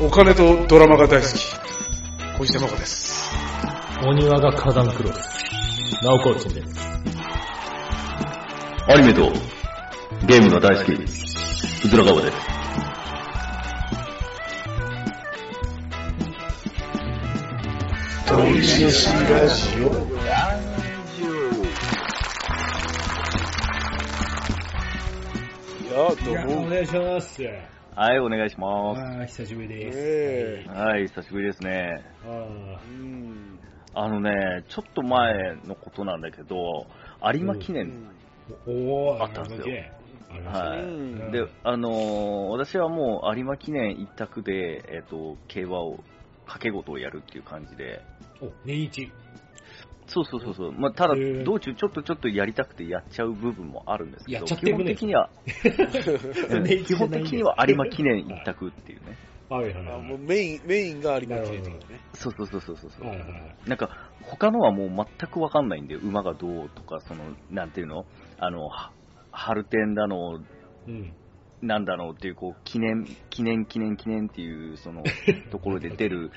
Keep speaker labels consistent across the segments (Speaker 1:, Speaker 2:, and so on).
Speaker 1: お金とドラマが大好き。小石真子です。
Speaker 2: お庭が火山黒です。なおこっちんです。
Speaker 3: アニメとゲームが大好き、うずらがわです。
Speaker 1: いやー、どうも。ね
Speaker 2: 願いします。
Speaker 3: はい、お願いします。
Speaker 2: ああ、久しぶりです。
Speaker 1: え。
Speaker 3: はい、久しぶりですね。
Speaker 2: あ
Speaker 1: うん。
Speaker 3: あのね、ちょっと前のことなんだけど、有馬記念、
Speaker 2: ーおおー、
Speaker 3: あったんですよ
Speaker 2: ありました
Speaker 3: は
Speaker 2: ね。
Speaker 1: うん
Speaker 3: い。で、あのー私はもう有馬記念一択で、えっ、と、競馬を、掛け事をやるっていう感じで、
Speaker 2: お、年一。
Speaker 3: そうそうそうそう、まあ、ただ
Speaker 2: へー、
Speaker 3: 道中ちょっとちょっとやりたくてやっちゃう部分もあるんですけ
Speaker 2: やっ
Speaker 3: ど、
Speaker 2: ちゃっ
Speaker 3: 基
Speaker 2: てる
Speaker 3: 本
Speaker 2: ね
Speaker 3: 的には、 うん
Speaker 2: 年一じ
Speaker 3: 基
Speaker 2: ゃない
Speaker 3: 本
Speaker 2: んだ
Speaker 3: 的には有馬記念一択っていうね。
Speaker 2: はいはいは
Speaker 1: あ
Speaker 2: い
Speaker 1: もう。メイン、メインがありますね
Speaker 2: なるほど。
Speaker 3: そうそうそうそうそうそう。
Speaker 2: はいはいはい。
Speaker 3: なんか、他のはもう全くわかんないんで、馬がどうとか、その、なんていうのあの、は春天だの、
Speaker 2: うん。
Speaker 3: なんだのっていう、こう、記念、記念、記念、記念っていう、 その、ところで出る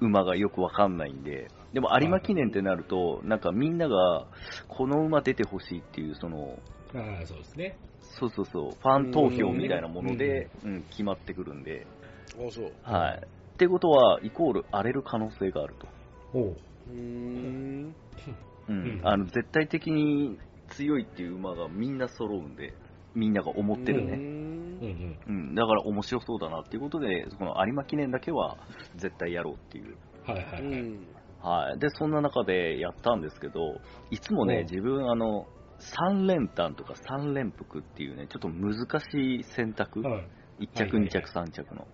Speaker 3: 馬がよくわかんないんで、でも有馬記念ってなると、なんかみんなが、この馬出てほしいっていう、その、
Speaker 2: ああ、そうですね。
Speaker 3: そうそうそう、ファン投票みたいなもので、うん、決まってくるんで、
Speaker 1: あ、そう。
Speaker 3: はい。ってことは、イコール荒れる可能性があると。
Speaker 2: おお。
Speaker 1: うーん。
Speaker 3: う
Speaker 2: う
Speaker 3: ん
Speaker 2: ん
Speaker 3: あの絶対的に強いっていう馬がみんな揃うんで、みんなが思ってる
Speaker 1: うー
Speaker 3: ね。
Speaker 2: うんうんん。
Speaker 3: うん、だから面白そうだなっていうことで、この有馬記念だけは絶対やろうっていう。
Speaker 2: はいは
Speaker 1: う
Speaker 2: いはい。
Speaker 1: ん。
Speaker 3: はい。で、そんな中でやったんですけど、いつも
Speaker 2: うん
Speaker 3: ね、自分あの、三連単とか三連服っていうね、ちょっと難しい選択、
Speaker 2: はい。
Speaker 3: 一
Speaker 2: はいは
Speaker 3: 着、
Speaker 2: い
Speaker 3: 二着、三着の、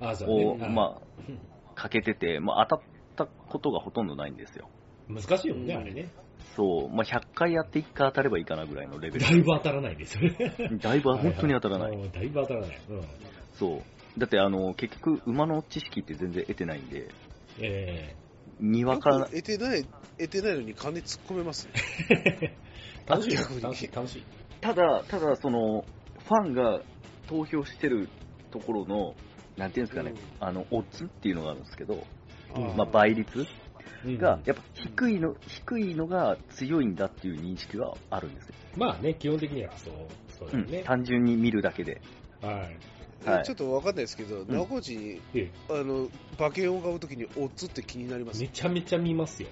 Speaker 2: ああ、そう
Speaker 3: を、
Speaker 2: ね。あ
Speaker 3: まあ、かけてて、まあ、当たったことがほとんどないんですよ。
Speaker 2: ー難しいよね、あれね。
Speaker 3: そう、まあ、100回やって1回当たればいいかなぐらいのレベル
Speaker 2: だ。いぶ当たらないですよね。
Speaker 3: だいぶ本当に当た らない。
Speaker 2: い。だいぶ当たらない。うん。
Speaker 3: そう。だって、あの、結局、馬の知識って全然得てないんで、
Speaker 2: え
Speaker 3: にわ
Speaker 1: よ
Speaker 3: か
Speaker 1: く
Speaker 3: な、
Speaker 1: 得てない、得てないのに金突っ込めますね。
Speaker 2: え。楽しいよ
Speaker 1: 逆に
Speaker 2: 楽しい、楽しい。
Speaker 3: ただ、ただ、その、ファンが投票してるところの、なんていうんですかね、あの、オッズっていうのがあるんですけど、
Speaker 2: うん
Speaker 3: まあ、倍率
Speaker 2: うん
Speaker 3: が、やっぱ低いの、低いのが強いんだっていう認識はあるんですよ。
Speaker 2: まあね、基本的にはそう、そうだ
Speaker 3: う
Speaker 2: よ
Speaker 3: ん。
Speaker 2: ね。
Speaker 3: 単純に見るだけで。
Speaker 2: はい。
Speaker 3: はい
Speaker 1: ちょっとわかんないですけど、
Speaker 3: ん
Speaker 1: なおこちに、
Speaker 2: で
Speaker 1: あの、馬券を買うときにオッズって気になります
Speaker 2: め。ちゃめちゃ見ますよ。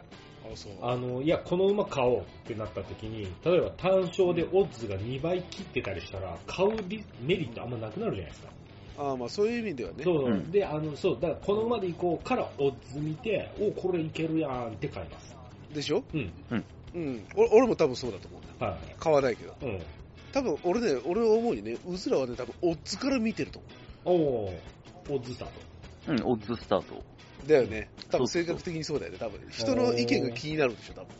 Speaker 1: あ、そう。
Speaker 2: あの、いや、この馬買おうってなった時に、例えば単勝でオッズが2倍切ってたりしたら、買うリメリットあんまなくなるじゃないですか。
Speaker 1: あーまあそういう意味ではね。
Speaker 2: そう、
Speaker 3: うん
Speaker 2: で、あの、そう、だからこの馬で行こうからオッズ見て、おこれいけるやんって買います。
Speaker 1: でしょ
Speaker 2: うん。
Speaker 1: うん。俺俺も多分そうだと思うな。
Speaker 2: は
Speaker 1: 買わないけど。
Speaker 2: い。うん。
Speaker 1: 多分俺ね、俺は思うにね、うずらはね、多分オッズから見てると思
Speaker 2: おおオッズだと。
Speaker 3: うん、オッズスタート。
Speaker 1: う。だよね。多分
Speaker 3: そう
Speaker 1: 性格的にそうだよね、多分。人の意見が気になるでしょ、多分。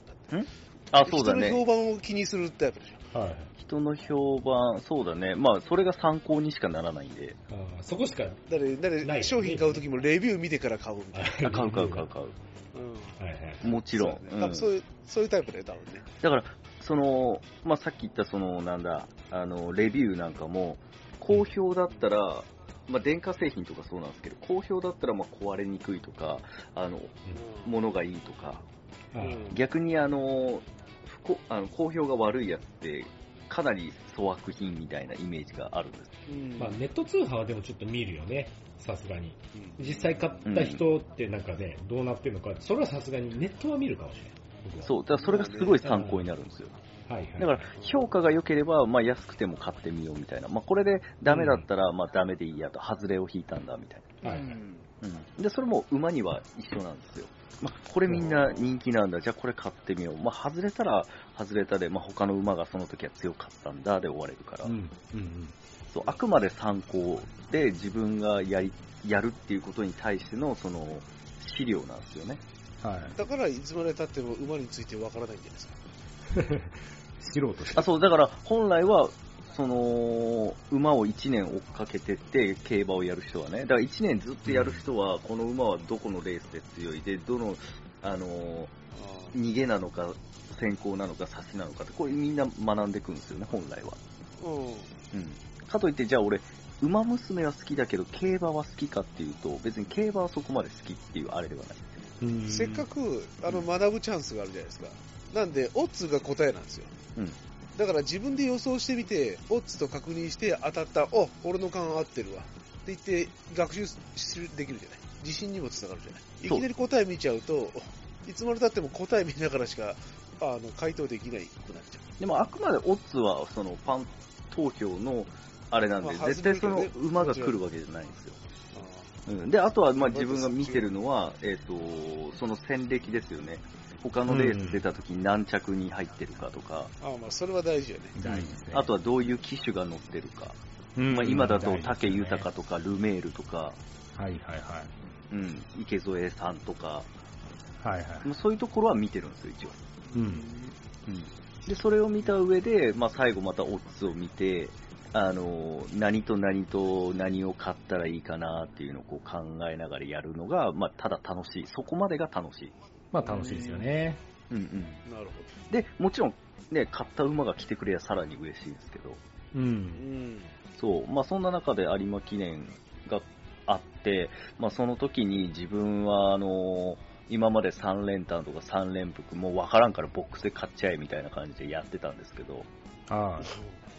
Speaker 3: あ、そうだね。
Speaker 1: 人の評判を気にするタイプでしょ。
Speaker 2: はい。
Speaker 3: 人の評判、そうだね。まあ、それが参考にしかならないんで。
Speaker 2: あーそこしか、
Speaker 1: だれ、だ
Speaker 2: ないよね
Speaker 1: れ、商品買うときもレビュー見てから買うみたいな。
Speaker 3: あ買う買う買う買
Speaker 1: うん。
Speaker 2: はいはい。
Speaker 3: う。もちろん。
Speaker 1: そうだね
Speaker 3: うん
Speaker 1: 多分そういう、そういうタイプだよ、多分ね。
Speaker 3: だから、その、まあ、さっき言った、その、なんだ、あの、レビューなんかも、好評だったら、まあ、電化製品とかそうなんですけど、好評だったら、まあ、壊れにくいとか、あの、
Speaker 1: うん
Speaker 3: ものがいいとか、
Speaker 2: はい
Speaker 3: 逆に、あの、不幸あの好評が悪いやつって、かなり粗悪品みたいなイメージがあるんです。
Speaker 1: うん
Speaker 2: まあ、ネット通販はでもちょっと見るよね。さすがに。
Speaker 1: うん
Speaker 2: 実際買った人ってなんかね、どうなってるのか、それはさすがにネットは見るかもしれない。僕は
Speaker 3: そう、だからそれがすごい参考になるんですよ。
Speaker 2: はいはい。
Speaker 3: だから、評価が良ければ、まあ、安くても買ってみようみたいな、まあ、これでダメだったら、まあ、ダメでいいやと、外れを引いたんだみたい
Speaker 2: はいうはい
Speaker 1: ん
Speaker 3: な、でそれも馬には一緒なんですよ、まあ、これみんな人気なんだ、じゃあこれ買ってみよう、まあ、外れたら外れたで、まあ、他の馬がその時は強かったんだで終われるから、
Speaker 2: うん、うん、
Speaker 3: そうあくまで参考で、自分がやりやるっていうことに対してのその資料なんですよね。
Speaker 2: うん。はい。
Speaker 1: だから、いつまで経っても馬についてわからないんじゃないですか。
Speaker 2: 素人し
Speaker 3: あそうだから本来はその馬を1年追っかけてって競馬をやる人はねだから1年ずっとやる人はこの馬はどこのレースで強いでどの、あのー逃げなのか先行なのか差しなのかってこれみんな学んでいくんですよね本来は、
Speaker 1: うん。
Speaker 3: うん、かといってじゃあ俺馬娘は好きだけど、競馬は好きかっていうと、別に競馬はそこまで好きっていうあれではない。
Speaker 2: うん
Speaker 1: せっかくあの学ぶチャンスがあるじゃないですか。なんで、オッズが答えなんですよ。
Speaker 3: うん
Speaker 1: だから自分で予想してみて、オッズと確認して当たった、お俺の勘合ってるわ。って言って学習するできるじゃない。自信にもつながるじゃない。い
Speaker 3: そう
Speaker 1: きなり答え見ちゃうと、いつまでたっても答え見ながらしか、あの、回答できないくなっちゃ
Speaker 3: でもあくまでオッズはそのファン投票のあれなんで、
Speaker 1: まあ
Speaker 3: 絶対その
Speaker 1: 外れるけどね
Speaker 3: 馬が来るわけじゃないんですよ。
Speaker 1: う。
Speaker 3: うん、で、あとはまあ自分が見てるのは、えっ、と、その戦歴ですよね。他のレース出た時に何着に入ってるかとか、
Speaker 1: あーあー、まあ、それは大事よね。
Speaker 2: 大事ですね
Speaker 3: あとはどういう機種が乗ってるか。
Speaker 2: うん
Speaker 3: まあ、今だと
Speaker 2: 大事です
Speaker 3: 武
Speaker 2: ね
Speaker 3: 豊とかルメールとか、
Speaker 2: はいはいはい。
Speaker 3: うん、池添さんとか、
Speaker 2: はいはい。
Speaker 3: まあそういうところは見てるんですよ、一応。
Speaker 2: うん。
Speaker 3: で、それを見た上で、まあ、最後またオッズを見て、あの、何と何と何を買ったらいいかなっていうのをこう考えながらやるのが、まあ、ただ楽しい。そこまでが楽しい。
Speaker 2: まあ楽しいですよね。
Speaker 3: うんうん。
Speaker 1: なるほ
Speaker 3: で、もちろん、ね、買った馬が来てくれやさらに嬉しいんですけど、
Speaker 2: う。
Speaker 1: ど。うんん。
Speaker 3: そう、まあ、そんな中で有馬記念があって、まあ、その時に自分は、あの今まで3連単とか3連複、もう分からんからボックスで買っちゃえみたいな感じでやってたんですけど、
Speaker 2: あ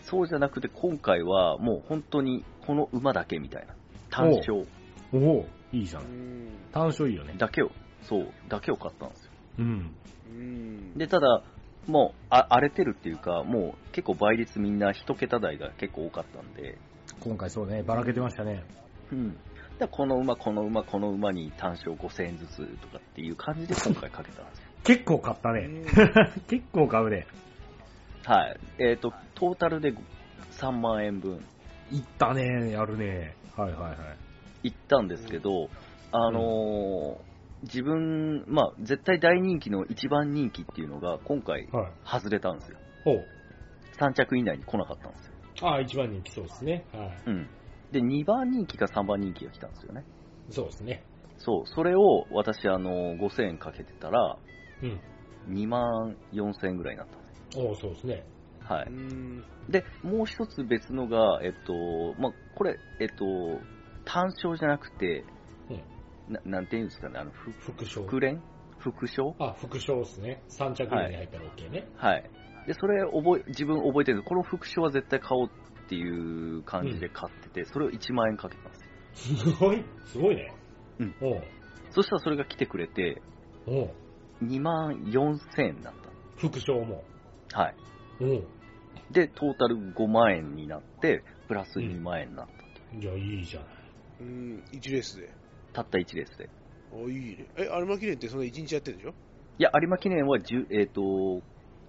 Speaker 3: そうじゃなくて今回はもう本当にこの馬だけみたいな。単勝
Speaker 2: あ。おおいいじゃ。
Speaker 1: うんん。
Speaker 2: 単勝いいよね。
Speaker 3: だけを、そう、だけを買ったんですよ。
Speaker 2: うん。
Speaker 1: うん。
Speaker 3: で、ただ、もうあ荒れてるっていうか、もう結構倍率みんな一桁台が結構多かったんで、
Speaker 2: 今回そうね、ばらけてましたね。
Speaker 3: うん。だからこの馬、この馬、この馬に単勝5000円ずつとかっていう感じで今回かけた んですよ。
Speaker 2: 結構買った
Speaker 1: う
Speaker 2: ね。
Speaker 1: ん、
Speaker 2: 結構買うね。
Speaker 3: はい。えっ、と、トータルで3万円分
Speaker 2: いったね、やるね。はいはいはい。
Speaker 3: いったんですけど、あのー自分、まあ、絶対大人気の一番人気っていうのが今回
Speaker 2: はい。
Speaker 3: 外れたんですよ。
Speaker 2: おう
Speaker 3: 3着以内に来なかったんですよ。
Speaker 2: ああ、一番人気そうですね。はい。
Speaker 3: うん。で、2番人気か3番人気が来たんですよね。
Speaker 2: そうですね。
Speaker 3: そう、それを私、あのー5000円かけてたら、
Speaker 2: うん。
Speaker 3: 2万4000円ぐらいになったんです。
Speaker 2: おうそうですね。
Speaker 3: は
Speaker 1: う
Speaker 3: い。
Speaker 1: ん。
Speaker 3: で、もう一つ別のが、えっと、まあ、これ、えっと、単勝じゃなくて、ななんていうんですかね、あの、ふ
Speaker 2: 副賞。
Speaker 3: 副連副賞
Speaker 2: あ、副賞ですね。3着以内に入ったら OK ね。
Speaker 3: はい。で、それ覚え、自分覚えてるんですこの副賞は絶対買おうっていう感じで買ってて、それを1万円かけたんですよ。
Speaker 2: すごい、すごいね。
Speaker 3: うん。
Speaker 2: おう
Speaker 3: そしたらそれが来てくれて、
Speaker 2: おう
Speaker 3: 2万4000円だっ
Speaker 2: 副賞も。
Speaker 3: た。はい。
Speaker 2: おう
Speaker 3: で、トータル5万円になって、プラス2万円になったと。
Speaker 2: いや、いいじゃない。
Speaker 1: うん。1レースで。
Speaker 3: たった1レースで。
Speaker 1: おいいね。え、有馬記念ってその1日やってるでしょ
Speaker 3: いや、有馬記念は10、えっ、と、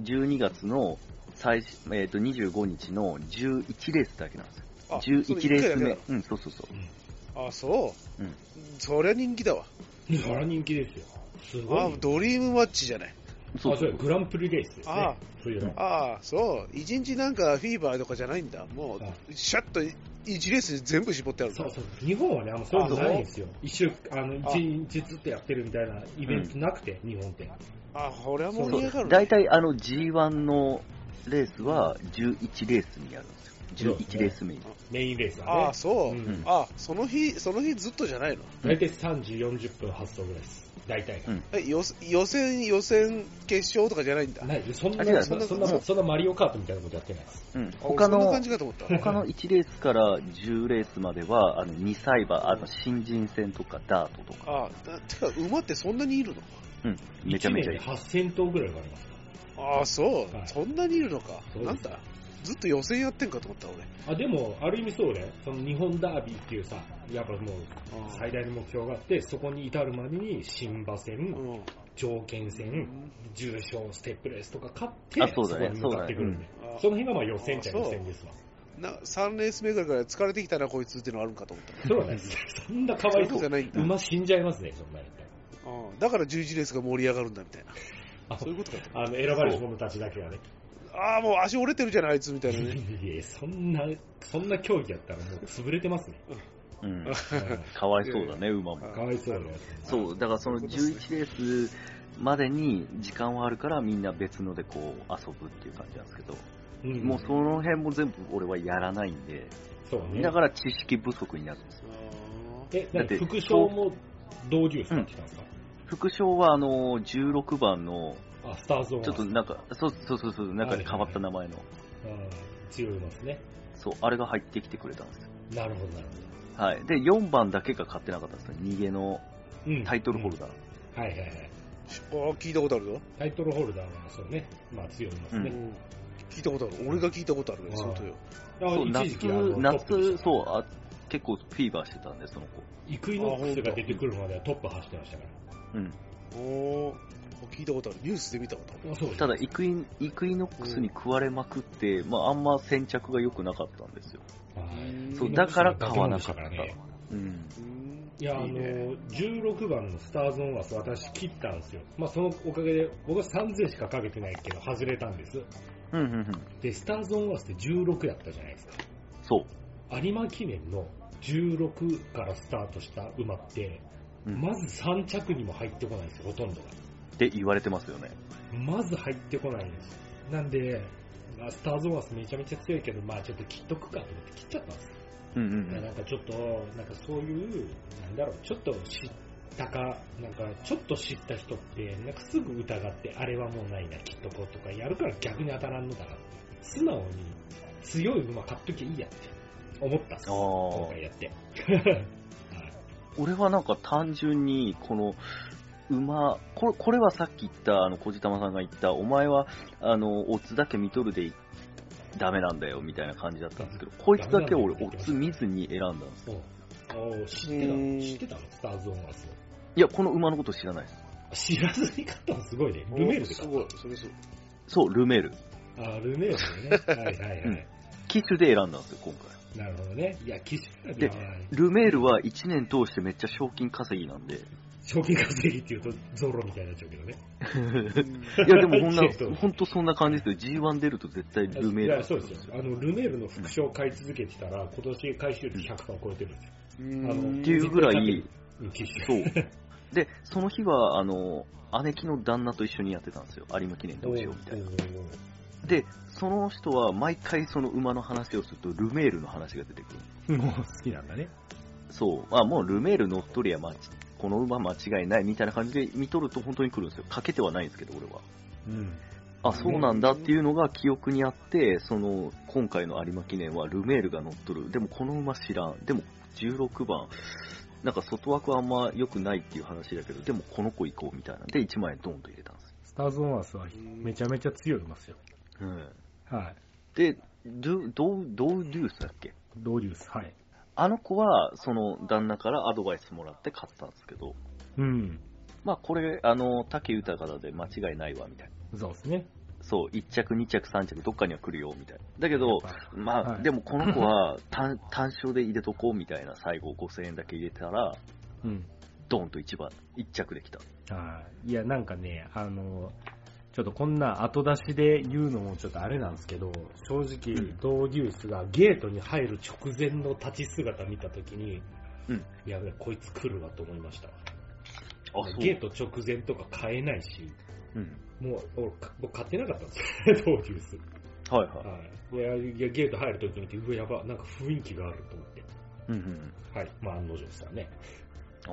Speaker 3: 12月の最初、えっ、と、25日の11レースだけなんですよ。
Speaker 1: あ
Speaker 3: 11レース目
Speaker 1: それ一回だけ。
Speaker 3: うん、そうそうそう。
Speaker 1: なのあ、そうう。
Speaker 3: ん
Speaker 1: そりゃ人気だわ。
Speaker 2: そら人気ですよ。すごい
Speaker 1: あ
Speaker 2: よ。
Speaker 1: ドリームマッチじゃない。
Speaker 3: そう
Speaker 2: あ、そうやグランプリレースです
Speaker 1: あ
Speaker 2: ね
Speaker 1: あ。
Speaker 2: そういうの。
Speaker 1: ああ、そう。一日なんかフィーバーとかじゃないんだ。も
Speaker 2: あ
Speaker 1: う、シャッと一レースに全部絞ってあるか
Speaker 2: そ
Speaker 1: ら
Speaker 2: うそう。日本はね、あんまそういうのないんですよ。一週、あの、
Speaker 1: あ
Speaker 2: 一日ずっとやってるみたいなイベントなくて、日本って。
Speaker 1: あ、これは盛り上がる、ね。
Speaker 3: 大体あの G1 のレースは11レースにやるんです
Speaker 2: そ
Speaker 3: よ。
Speaker 2: うですね
Speaker 3: 11レース目に。
Speaker 2: メインレース
Speaker 1: あ
Speaker 2: は
Speaker 1: あ、そう。
Speaker 2: ね。
Speaker 3: ん
Speaker 1: あその日、その日ずっとじゃないの
Speaker 2: 大体3時40分発送ぐらいです。大体
Speaker 3: う
Speaker 2: が。
Speaker 3: ん
Speaker 1: え、予予選、予選、決勝とかじゃないんだ。
Speaker 2: ないそん
Speaker 3: あ違う
Speaker 2: な、そんな、
Speaker 1: そ
Speaker 2: そ
Speaker 1: ん
Speaker 2: ん
Speaker 1: な
Speaker 2: な、そんなマリオカートみたいなことやってないです。
Speaker 3: うん、
Speaker 1: あ
Speaker 3: 他
Speaker 1: そんな
Speaker 3: の
Speaker 1: 感じかと思った。
Speaker 3: 他の1レースから10レースまでは、あの2歳馬、あの新人戦とかダートとか、
Speaker 1: ああ、だてか、馬ってそんなにいるの
Speaker 3: うん、めちゃめちゃい
Speaker 2: 1
Speaker 3: い
Speaker 2: 年で。8000頭ぐらいがあります。
Speaker 1: ああ、そう、
Speaker 2: はい
Speaker 1: そんなにいるのか。
Speaker 2: そうです
Speaker 1: なんだずっと予選やってんかと思った、俺。
Speaker 2: あ、でも、ある意味そうだよ。その日本ダービーっていうさ、やっぱもう、最大の目標があって、そこに至るまでに、新馬
Speaker 1: う
Speaker 2: 戦、
Speaker 1: ん。
Speaker 2: 条件
Speaker 1: う
Speaker 2: 戦、
Speaker 1: ん
Speaker 2: 重賞、ステップレースとか勝って、
Speaker 3: あそうだね
Speaker 2: こに向かってくるんで。
Speaker 1: あ
Speaker 2: その辺がまあ予選っちゃ予選ですわ。
Speaker 1: な3レース目ぐらいから疲れてきたな、こいつってのあるんかと思った。
Speaker 2: そうはないです。そんなかわ
Speaker 1: そうい
Speaker 2: いう
Speaker 1: こと
Speaker 2: そ
Speaker 1: じゃ
Speaker 2: う。
Speaker 1: ないんだ。
Speaker 2: 馬死んじゃいますね、そんなやったら
Speaker 1: うんだから11レースが盛り上がるんだみたいな。
Speaker 2: あ
Speaker 1: そういうことかと。
Speaker 2: あの、選ばれし者たちだけがね。
Speaker 1: ああ、もう足折れてるじゃない、あいつみたいなね。
Speaker 2: いや、そんな、そんな競技だったらもう潰れてますね。
Speaker 3: うん、
Speaker 2: うん
Speaker 3: かわいそうだね、馬も。
Speaker 2: かわいそうだよ。
Speaker 3: そう、だからその11レースまでに時間はあるから、みんな別のでこう遊ぶっていう感じなんですけど、
Speaker 2: うん
Speaker 3: もうその辺も全部俺はやらないんで、
Speaker 2: そうね。
Speaker 3: だから知識不足になるんですよ。
Speaker 2: え、
Speaker 3: だ
Speaker 2: な
Speaker 3: っ
Speaker 2: ん
Speaker 3: て
Speaker 2: で副賞も同流使ってたんですか、
Speaker 3: 副賞はあの、16番の、
Speaker 2: あ、スターゾーン。
Speaker 3: ちょっとなんか、そうそうそうそう、なんか変わった名前
Speaker 2: う
Speaker 3: の、
Speaker 2: ん、強いますね。
Speaker 3: そう、あれが入ってきてくれたんですよ。
Speaker 2: なるほど、なる
Speaker 3: はい。で、4番だけが買ってなかったんですよ。逃げの
Speaker 2: ほど。うん。
Speaker 3: タイトルホルダー。
Speaker 2: はいはいはい。
Speaker 1: ああ、聞いたことあるぞ。
Speaker 2: タイトルホルダーはそうね、まあ強いますね。
Speaker 1: 聞いたことある。俺が聞いたことあるね、相当よ。
Speaker 2: だから
Speaker 3: そう、
Speaker 2: 一時期あの
Speaker 3: 夏、
Speaker 2: トップでし
Speaker 3: 夏、
Speaker 2: た
Speaker 3: そうあ、結構フィーバーしてたんで、その子。
Speaker 2: イクイノックスが出てくるまではトップ走ってましたか
Speaker 3: うん。
Speaker 1: おー聞いたことある。ニュースで見たことある。
Speaker 2: ら。あそうです
Speaker 3: ただイクイ、イクイノックスに食われまくって、まあ、あんま先着が良くなかったんですよ。
Speaker 2: はい
Speaker 3: そう、だから買わなか
Speaker 2: イクイノックスが崖の上でした
Speaker 3: っ
Speaker 2: からね
Speaker 3: た。うん。
Speaker 1: うん
Speaker 2: いや、あ
Speaker 3: いいね
Speaker 2: の、16番のスターゾーンは私切ったんですよ。まあそのおかげで、僕は3000しかかけてないけど外れたんです。
Speaker 3: うん、うん、うん。
Speaker 2: で、スターゾーンはって16やったじゃないですか。
Speaker 3: そう。
Speaker 2: 有馬記念の16からスタートした馬って、
Speaker 3: うん
Speaker 2: まず3着にも入ってこないんですよ、ほとんどが。
Speaker 3: って言われてますよね。
Speaker 2: まず入ってこないんですよ。なんで、まあ、スターズオンアスめちゃめちゃ強いけど、まあちょっと切っとくかと思って切っちゃったんですよ。
Speaker 3: うん、う
Speaker 2: だからなんんかちょっと、なんかそういう、なんだろう、ちょっと知ったか、なんかちょっと知った人って、なんかすぐ疑って、あれはもうないな、切っとこうとかやるから逆に当たらんのだなって。素直に強い馬買っときゃいいやって思ったんです
Speaker 3: あー
Speaker 2: 今回やって。はい
Speaker 3: うん。俺はなんか単純に、この、馬、これ、これはさっき言った、あの、小玉さんが言った、お前は、あの、オッズだけ見とるで、ダメなんだよ、みたいな感じだったんですけど、こいつだけ俺、オッズ見ずに選んだんです。
Speaker 2: そうあー知ってた
Speaker 1: うー
Speaker 2: の
Speaker 1: ん
Speaker 2: 知ってたのスターズオンアス。
Speaker 3: いや、この馬のこと知らないです。
Speaker 2: 知らずに買ったのすごいね。ルメールで買
Speaker 1: す
Speaker 2: っ
Speaker 1: ごい、それすごい。
Speaker 3: そう、ルメール。
Speaker 2: た。あー、ルメールでね。はいはいはい。
Speaker 3: キスで選んだんですよ、今回。
Speaker 2: なるほどね。いや、騎士選び
Speaker 3: で
Speaker 2: は
Speaker 3: ルメールは1年通してめっちゃ賞金稼ぎな んで。い
Speaker 2: 賞金稼ぎっていうとゾロみたいになっちゃうけどね。、
Speaker 3: や、でもほんな
Speaker 2: そう
Speaker 3: ほんとそんな感じですよ。G1 出ると絶対ルメー
Speaker 2: い
Speaker 3: ル
Speaker 2: や、そうですよ。あの、ルメールの副賞を買い続けてたら、今年回収率100%を超えてるんですよ。あの
Speaker 3: っていうぐらい、
Speaker 2: うん、騎士。
Speaker 3: そう。で、その日は、あの、姉貴の旦那と一緒にやってたんですよ。有馬記念ど
Speaker 2: お
Speaker 3: う
Speaker 2: う
Speaker 3: しようみたいな。
Speaker 2: おうおう
Speaker 3: で、その人は毎回その馬の話をすると、ルメールの話が出てくる。
Speaker 2: おうもう好きなんだね。
Speaker 3: そう。あ、もうルメール乗っ取りは間違この馬間違いないみたいな感じで見とると本当に来るんですよ。かけてはないんですけど、俺は。
Speaker 2: うん。
Speaker 3: あ、そうなんだっていうのが記憶にあって、その、今回の有馬記念はルメールが乗っとる。でもこの馬知らん。でも16番、なんか外枠あんま良くないっていう話だけど、でもこの子行こうみたいなんで1万円ドンと入れたんですよ。
Speaker 2: スターズオンアースは
Speaker 1: め
Speaker 2: ちゃめちゃ強い馬ですよ。
Speaker 3: うん。
Speaker 2: はい。
Speaker 3: で、ドゥ、ドウ、ドウデュースだっけ
Speaker 2: ドリュース、はい。
Speaker 3: あの子は、その旦那からアドバイスもらって買ったんですけど、
Speaker 2: うん。
Speaker 3: まあこれ、あの、竹豊からで間違いないわ、みたいな。
Speaker 2: そうですね。
Speaker 3: そう、1着、2着、3着、どっかには来るよ、みたいな。だけど、まあ、
Speaker 2: はい
Speaker 3: でもこの子 は単単勝で入れとこうみたいな、最後5000円だけ入れたら、
Speaker 2: うん。
Speaker 3: ドーンと一番、一着できた。
Speaker 2: はい。いや、なんかね、あの、ちょっとこんな後出しで言うのもちょっとあれなんですけど、正直
Speaker 3: うん、
Speaker 2: ドーデュースがゲートに入る直前の立ち姿見たときに、
Speaker 3: うん
Speaker 2: いやべえ、こいつ来るわと思いました。
Speaker 3: あ、そう。
Speaker 2: ゲート直前とか買えないし、
Speaker 3: うん。
Speaker 2: もう、俺か僕買ってなかったんですよ、ドー デュース。
Speaker 3: はいはい。
Speaker 2: はい。いや、いやゲート入るとき見て、うわ、やば、なんか雰囲気があると思って。
Speaker 3: うん
Speaker 2: はい。まあ、案の定でしたね。
Speaker 3: うん。あ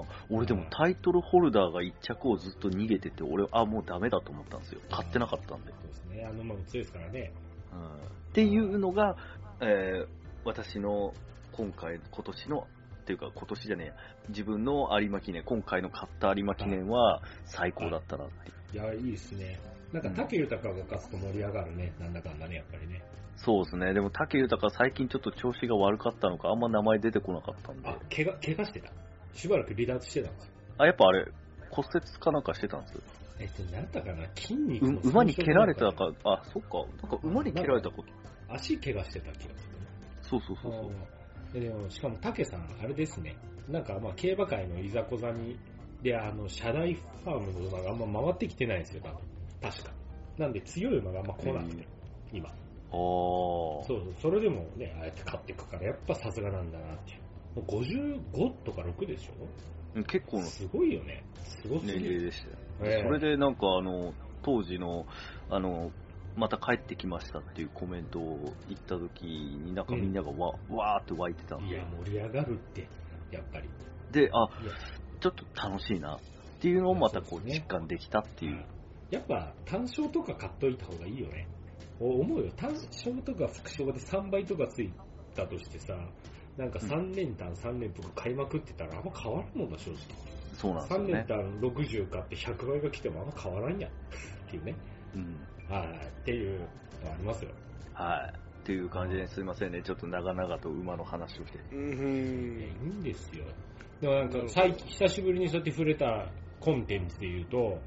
Speaker 3: あ、俺でもタイトルホルダーが一着をずっと逃げてて、俺、あ、もうダメだと思ったんですよ。買ってなかったんで。
Speaker 2: そうですね。あの馬も強いですからね。
Speaker 3: うん。っていうのが、えー、私の今回、今年の、っていうか今年じゃねえや、自分の有馬記念、今回の買った有馬記念は最高だったなっていう。
Speaker 2: いや、いいですね。なんか、竹豊が勝つと盛り上がるね。なんだかんだね、やっぱりね。
Speaker 3: そうですね。でも、武豊は最近ちょっと調子が悪かったのか、あんま名前出てこなかったんで
Speaker 2: あ。、怪我、怪我してた。しばらく離脱してたんですよ。
Speaker 3: あ、やっぱあれ、骨折かなんかしてたんですよ。
Speaker 2: えっと、なんだったかな筋肉
Speaker 3: う
Speaker 2: の損傷
Speaker 3: 馬に蹴られた
Speaker 2: か
Speaker 3: か、あ、そっか。なんか馬に蹴られたこと。
Speaker 2: な。足怪我してた気が
Speaker 3: そうそう
Speaker 2: す
Speaker 3: そ
Speaker 2: る
Speaker 3: うそう。
Speaker 2: ね。でも、しかも竹さん、あれですね。なんか、まあ、競馬界のいざこざに、で、あの、社内ファームの馬があんま回ってきてないんですよ、多分。確か。なんで、強い馬があんま来なくて、今。
Speaker 3: あー
Speaker 2: そうそう、それでもね、ああやって勝っていくから、やっぱさすがなんだなっていう。もう55とか6でしょ
Speaker 3: うん結構の
Speaker 2: すごいよね。すごすぎ
Speaker 3: 年
Speaker 2: る。
Speaker 3: 齢でしたよ。
Speaker 2: ええ
Speaker 3: それでなんかあの、当時の、あの、また帰ってきましたっていうコメントを言った時に、なんかみんながわ,、わーって湧いてたん
Speaker 2: いや、盛り上がるって、やっぱり。
Speaker 3: で、あ、
Speaker 2: いや
Speaker 3: ちょっと楽しいなっていうのをまたこ
Speaker 2: そう
Speaker 3: う
Speaker 2: ですね
Speaker 3: 実感できたっていう。
Speaker 2: やっぱ単勝とか買っといた方がいいよね。お思うよ。単勝とか副賞で3倍とかついたとしてさ、なんか3連単3連とか買いまくってたらあんま変わらんもんな、正直。
Speaker 3: そうなんですよ
Speaker 2: 3連
Speaker 3: ね。
Speaker 2: 単60買って100倍が来てもあんま変わらんやん。っていうね。
Speaker 3: うん。
Speaker 2: はい。っていうのありますよ。
Speaker 3: はい。っていう感じですいませんね。ちょっと長々と馬の話をして。
Speaker 1: うー
Speaker 2: いや、い
Speaker 1: ん。
Speaker 2: いんですよ。でもなんか最近、久しぶりにそうやって触れたコンテンツで言うと、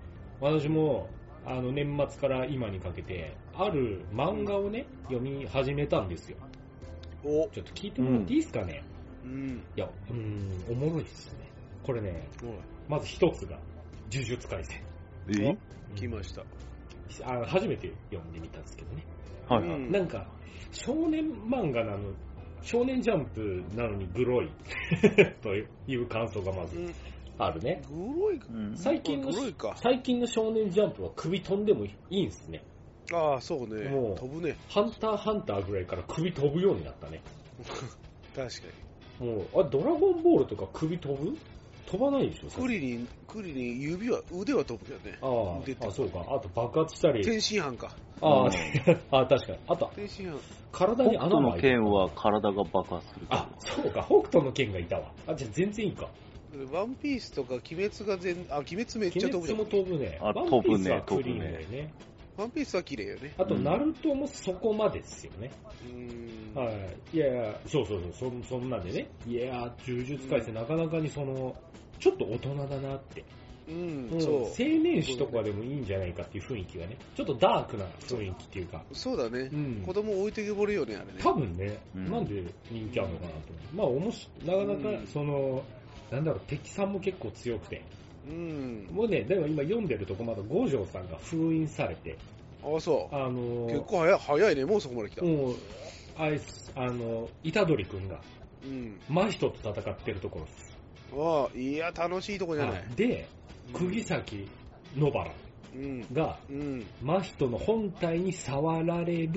Speaker 2: 私も、あの、年末から今にかけて、ある漫画をね、読み始めたんですよ。
Speaker 1: お、
Speaker 2: ちょっと聞いてもらっていいですかね、
Speaker 1: うん。
Speaker 2: いや、うーん、おもろいですね。これね、まず一つが、呪術廻戦。
Speaker 1: え
Speaker 2: うん
Speaker 1: 来ました。
Speaker 2: あの初めて読んでみたんですけどね。
Speaker 3: はいは
Speaker 1: う
Speaker 3: い。
Speaker 1: ん
Speaker 2: なんか、少年漫画なの、少年ジャンプなのにグロい という感想がまず
Speaker 1: うん
Speaker 2: あるね。
Speaker 1: グロいか。
Speaker 3: うん
Speaker 2: 最近の
Speaker 1: グ、ロいか。
Speaker 2: 最近の少年ジャンプは首飛んでもいいんですね。
Speaker 1: ああ、そうね
Speaker 2: もう。
Speaker 1: 飛ぶね。
Speaker 2: ハンターハンターぐらいから首飛ぶようになったね。
Speaker 1: 確かに。
Speaker 2: もう、あ、ドラゴンボールとか首飛ぶ飛ばないでしょ
Speaker 1: クリリン、クリリン、指は、腕は飛ぶよね。
Speaker 2: あ
Speaker 1: 出て
Speaker 2: あ、
Speaker 1: る
Speaker 2: あ、そうか。あと爆発したり。
Speaker 1: 天津飯か。
Speaker 2: あ
Speaker 3: う
Speaker 2: あ
Speaker 3: ん、
Speaker 2: あ確かに。あと、
Speaker 1: 天津飯。
Speaker 2: 体
Speaker 3: 北
Speaker 2: に穴も
Speaker 3: 斗の
Speaker 2: 開いて
Speaker 3: 剣は体が爆発する。
Speaker 2: あ、そうか。北斗の剣がいたわ。あ、じゃあ全然いいか。
Speaker 1: ワンピースとか、鬼滅が全、あ、鬼滅めっちゃ
Speaker 2: 鬼
Speaker 1: 飛ぶじ
Speaker 2: 滅
Speaker 1: ゃん
Speaker 2: も。飛ぶね。
Speaker 3: あ
Speaker 2: ワンピースはクリーンだよ
Speaker 3: 飛
Speaker 2: ね。
Speaker 1: ワンピースは綺麗よね。
Speaker 2: あと、
Speaker 3: うん
Speaker 2: ナルトもそこまでですよね。
Speaker 1: うーん。
Speaker 2: はい。いやいや、そうそうそう、そんそんなんでね。いやー、呪術改正なかなかにその、ちょっと大人だなって。
Speaker 1: うん
Speaker 2: う、ん
Speaker 1: そ
Speaker 2: 青年誌とかでもいいんじゃないかっていう雰囲気がね。ちょっとダークな雰囲気っていうか。
Speaker 1: う。そうだね
Speaker 2: う。ん
Speaker 1: 子。供置いてけぼれよね、あれね。
Speaker 2: 多分ね、
Speaker 3: うん
Speaker 2: なんで人気あるのかなと。まあ、おもし、なかな
Speaker 1: う
Speaker 2: か
Speaker 1: ん、
Speaker 2: その、なんだろう、敵さんも結構強くて。
Speaker 1: うん。
Speaker 2: もうね、でも今読んでるとこまだ五条さんが封印されて、
Speaker 1: ああ、そう。
Speaker 2: あの
Speaker 1: 結
Speaker 2: ー、
Speaker 1: 構早い、早いね。もうそこまで来た。
Speaker 2: もう、あいつ、あの、虎杖くんが、
Speaker 1: うん。
Speaker 2: 真人と戦ってるところです。
Speaker 1: わあ、いや、楽しいとこじゃない。
Speaker 2: で、釘崎野原
Speaker 1: うん。
Speaker 2: が、
Speaker 1: うん。
Speaker 2: 真人の本体に触られる、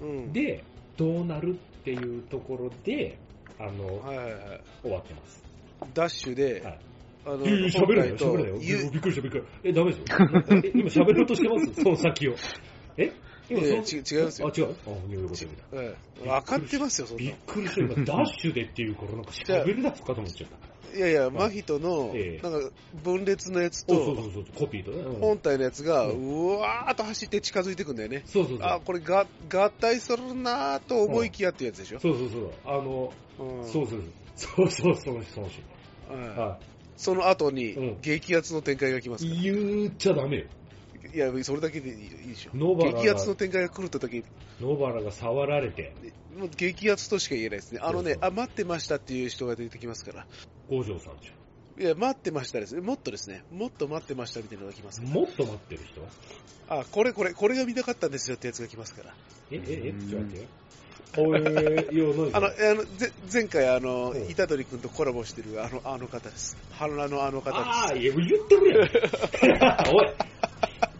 Speaker 1: うん。、
Speaker 2: で、どうなるっていうところで、あの、
Speaker 1: はいはいはい。
Speaker 2: 終わってます。
Speaker 1: ダッシュで、
Speaker 2: はい
Speaker 1: あの
Speaker 2: いやいや喋るな
Speaker 1: 本体
Speaker 2: よ、
Speaker 1: と
Speaker 2: 喋るなよ。いや
Speaker 1: ゆ
Speaker 2: びっくりした、びっくりした。え、ダメですよ。え、今喋ろうとしてます その先を。え今
Speaker 1: いやいや
Speaker 2: その
Speaker 1: ち違いますよ
Speaker 2: あ、違う。あ、いやいやいやいや
Speaker 1: ええ分かってますよ、そんな
Speaker 2: び
Speaker 1: の
Speaker 2: っ。くりし た。今、ダッシュでっていうから、なんか喋るだすかと思っちゃった。
Speaker 1: いやいや、真人の、
Speaker 2: ええ
Speaker 1: なんか、分裂のやつ
Speaker 2: おそう
Speaker 1: と、
Speaker 2: そうそうそう、コピーとね。うん
Speaker 1: 本体のやつが、
Speaker 2: う
Speaker 1: うわーっと走って近づいてくんだよね。
Speaker 2: そうそうそう。
Speaker 1: あ、これが合体するなーと思いきやってやつでしょ。
Speaker 2: そうそうそう。あの、
Speaker 1: うん
Speaker 2: そうそうそう。そうそう、その人、その人。
Speaker 1: はい
Speaker 2: は
Speaker 1: その後に
Speaker 2: うん、
Speaker 1: 激アツの展開が来ますか
Speaker 2: い。言っちゃダメよ。
Speaker 1: ら。いや、それだけでいいいいでしょ。
Speaker 2: ノーバラ
Speaker 1: 激アツの
Speaker 2: が、
Speaker 1: 展開が来るって時
Speaker 2: ノーバラが触られて、
Speaker 1: もう激アツとしか言えないですね。あの
Speaker 2: そう
Speaker 1: ね、
Speaker 2: そう
Speaker 1: あ、待ってましたっていう人が出てきますから。
Speaker 2: 五条さんじゃ
Speaker 1: いや、待ってましたですね。もっとですね、もっと待ってましたみたいなのが来ます
Speaker 2: ん。
Speaker 1: か
Speaker 2: もっと待ってる人
Speaker 1: ら。あ、これこれ、これが見たかったんですよってやつが来ますから。
Speaker 2: え、え、え、
Speaker 3: うん
Speaker 2: ちょっと待ってよ。こういうような。
Speaker 1: あの、あの、ぜ前回あの
Speaker 2: うん、
Speaker 1: 板取君とコラボしてるあの、あの方です。春菜のあの方
Speaker 2: ああ、いや、言って るやんけ。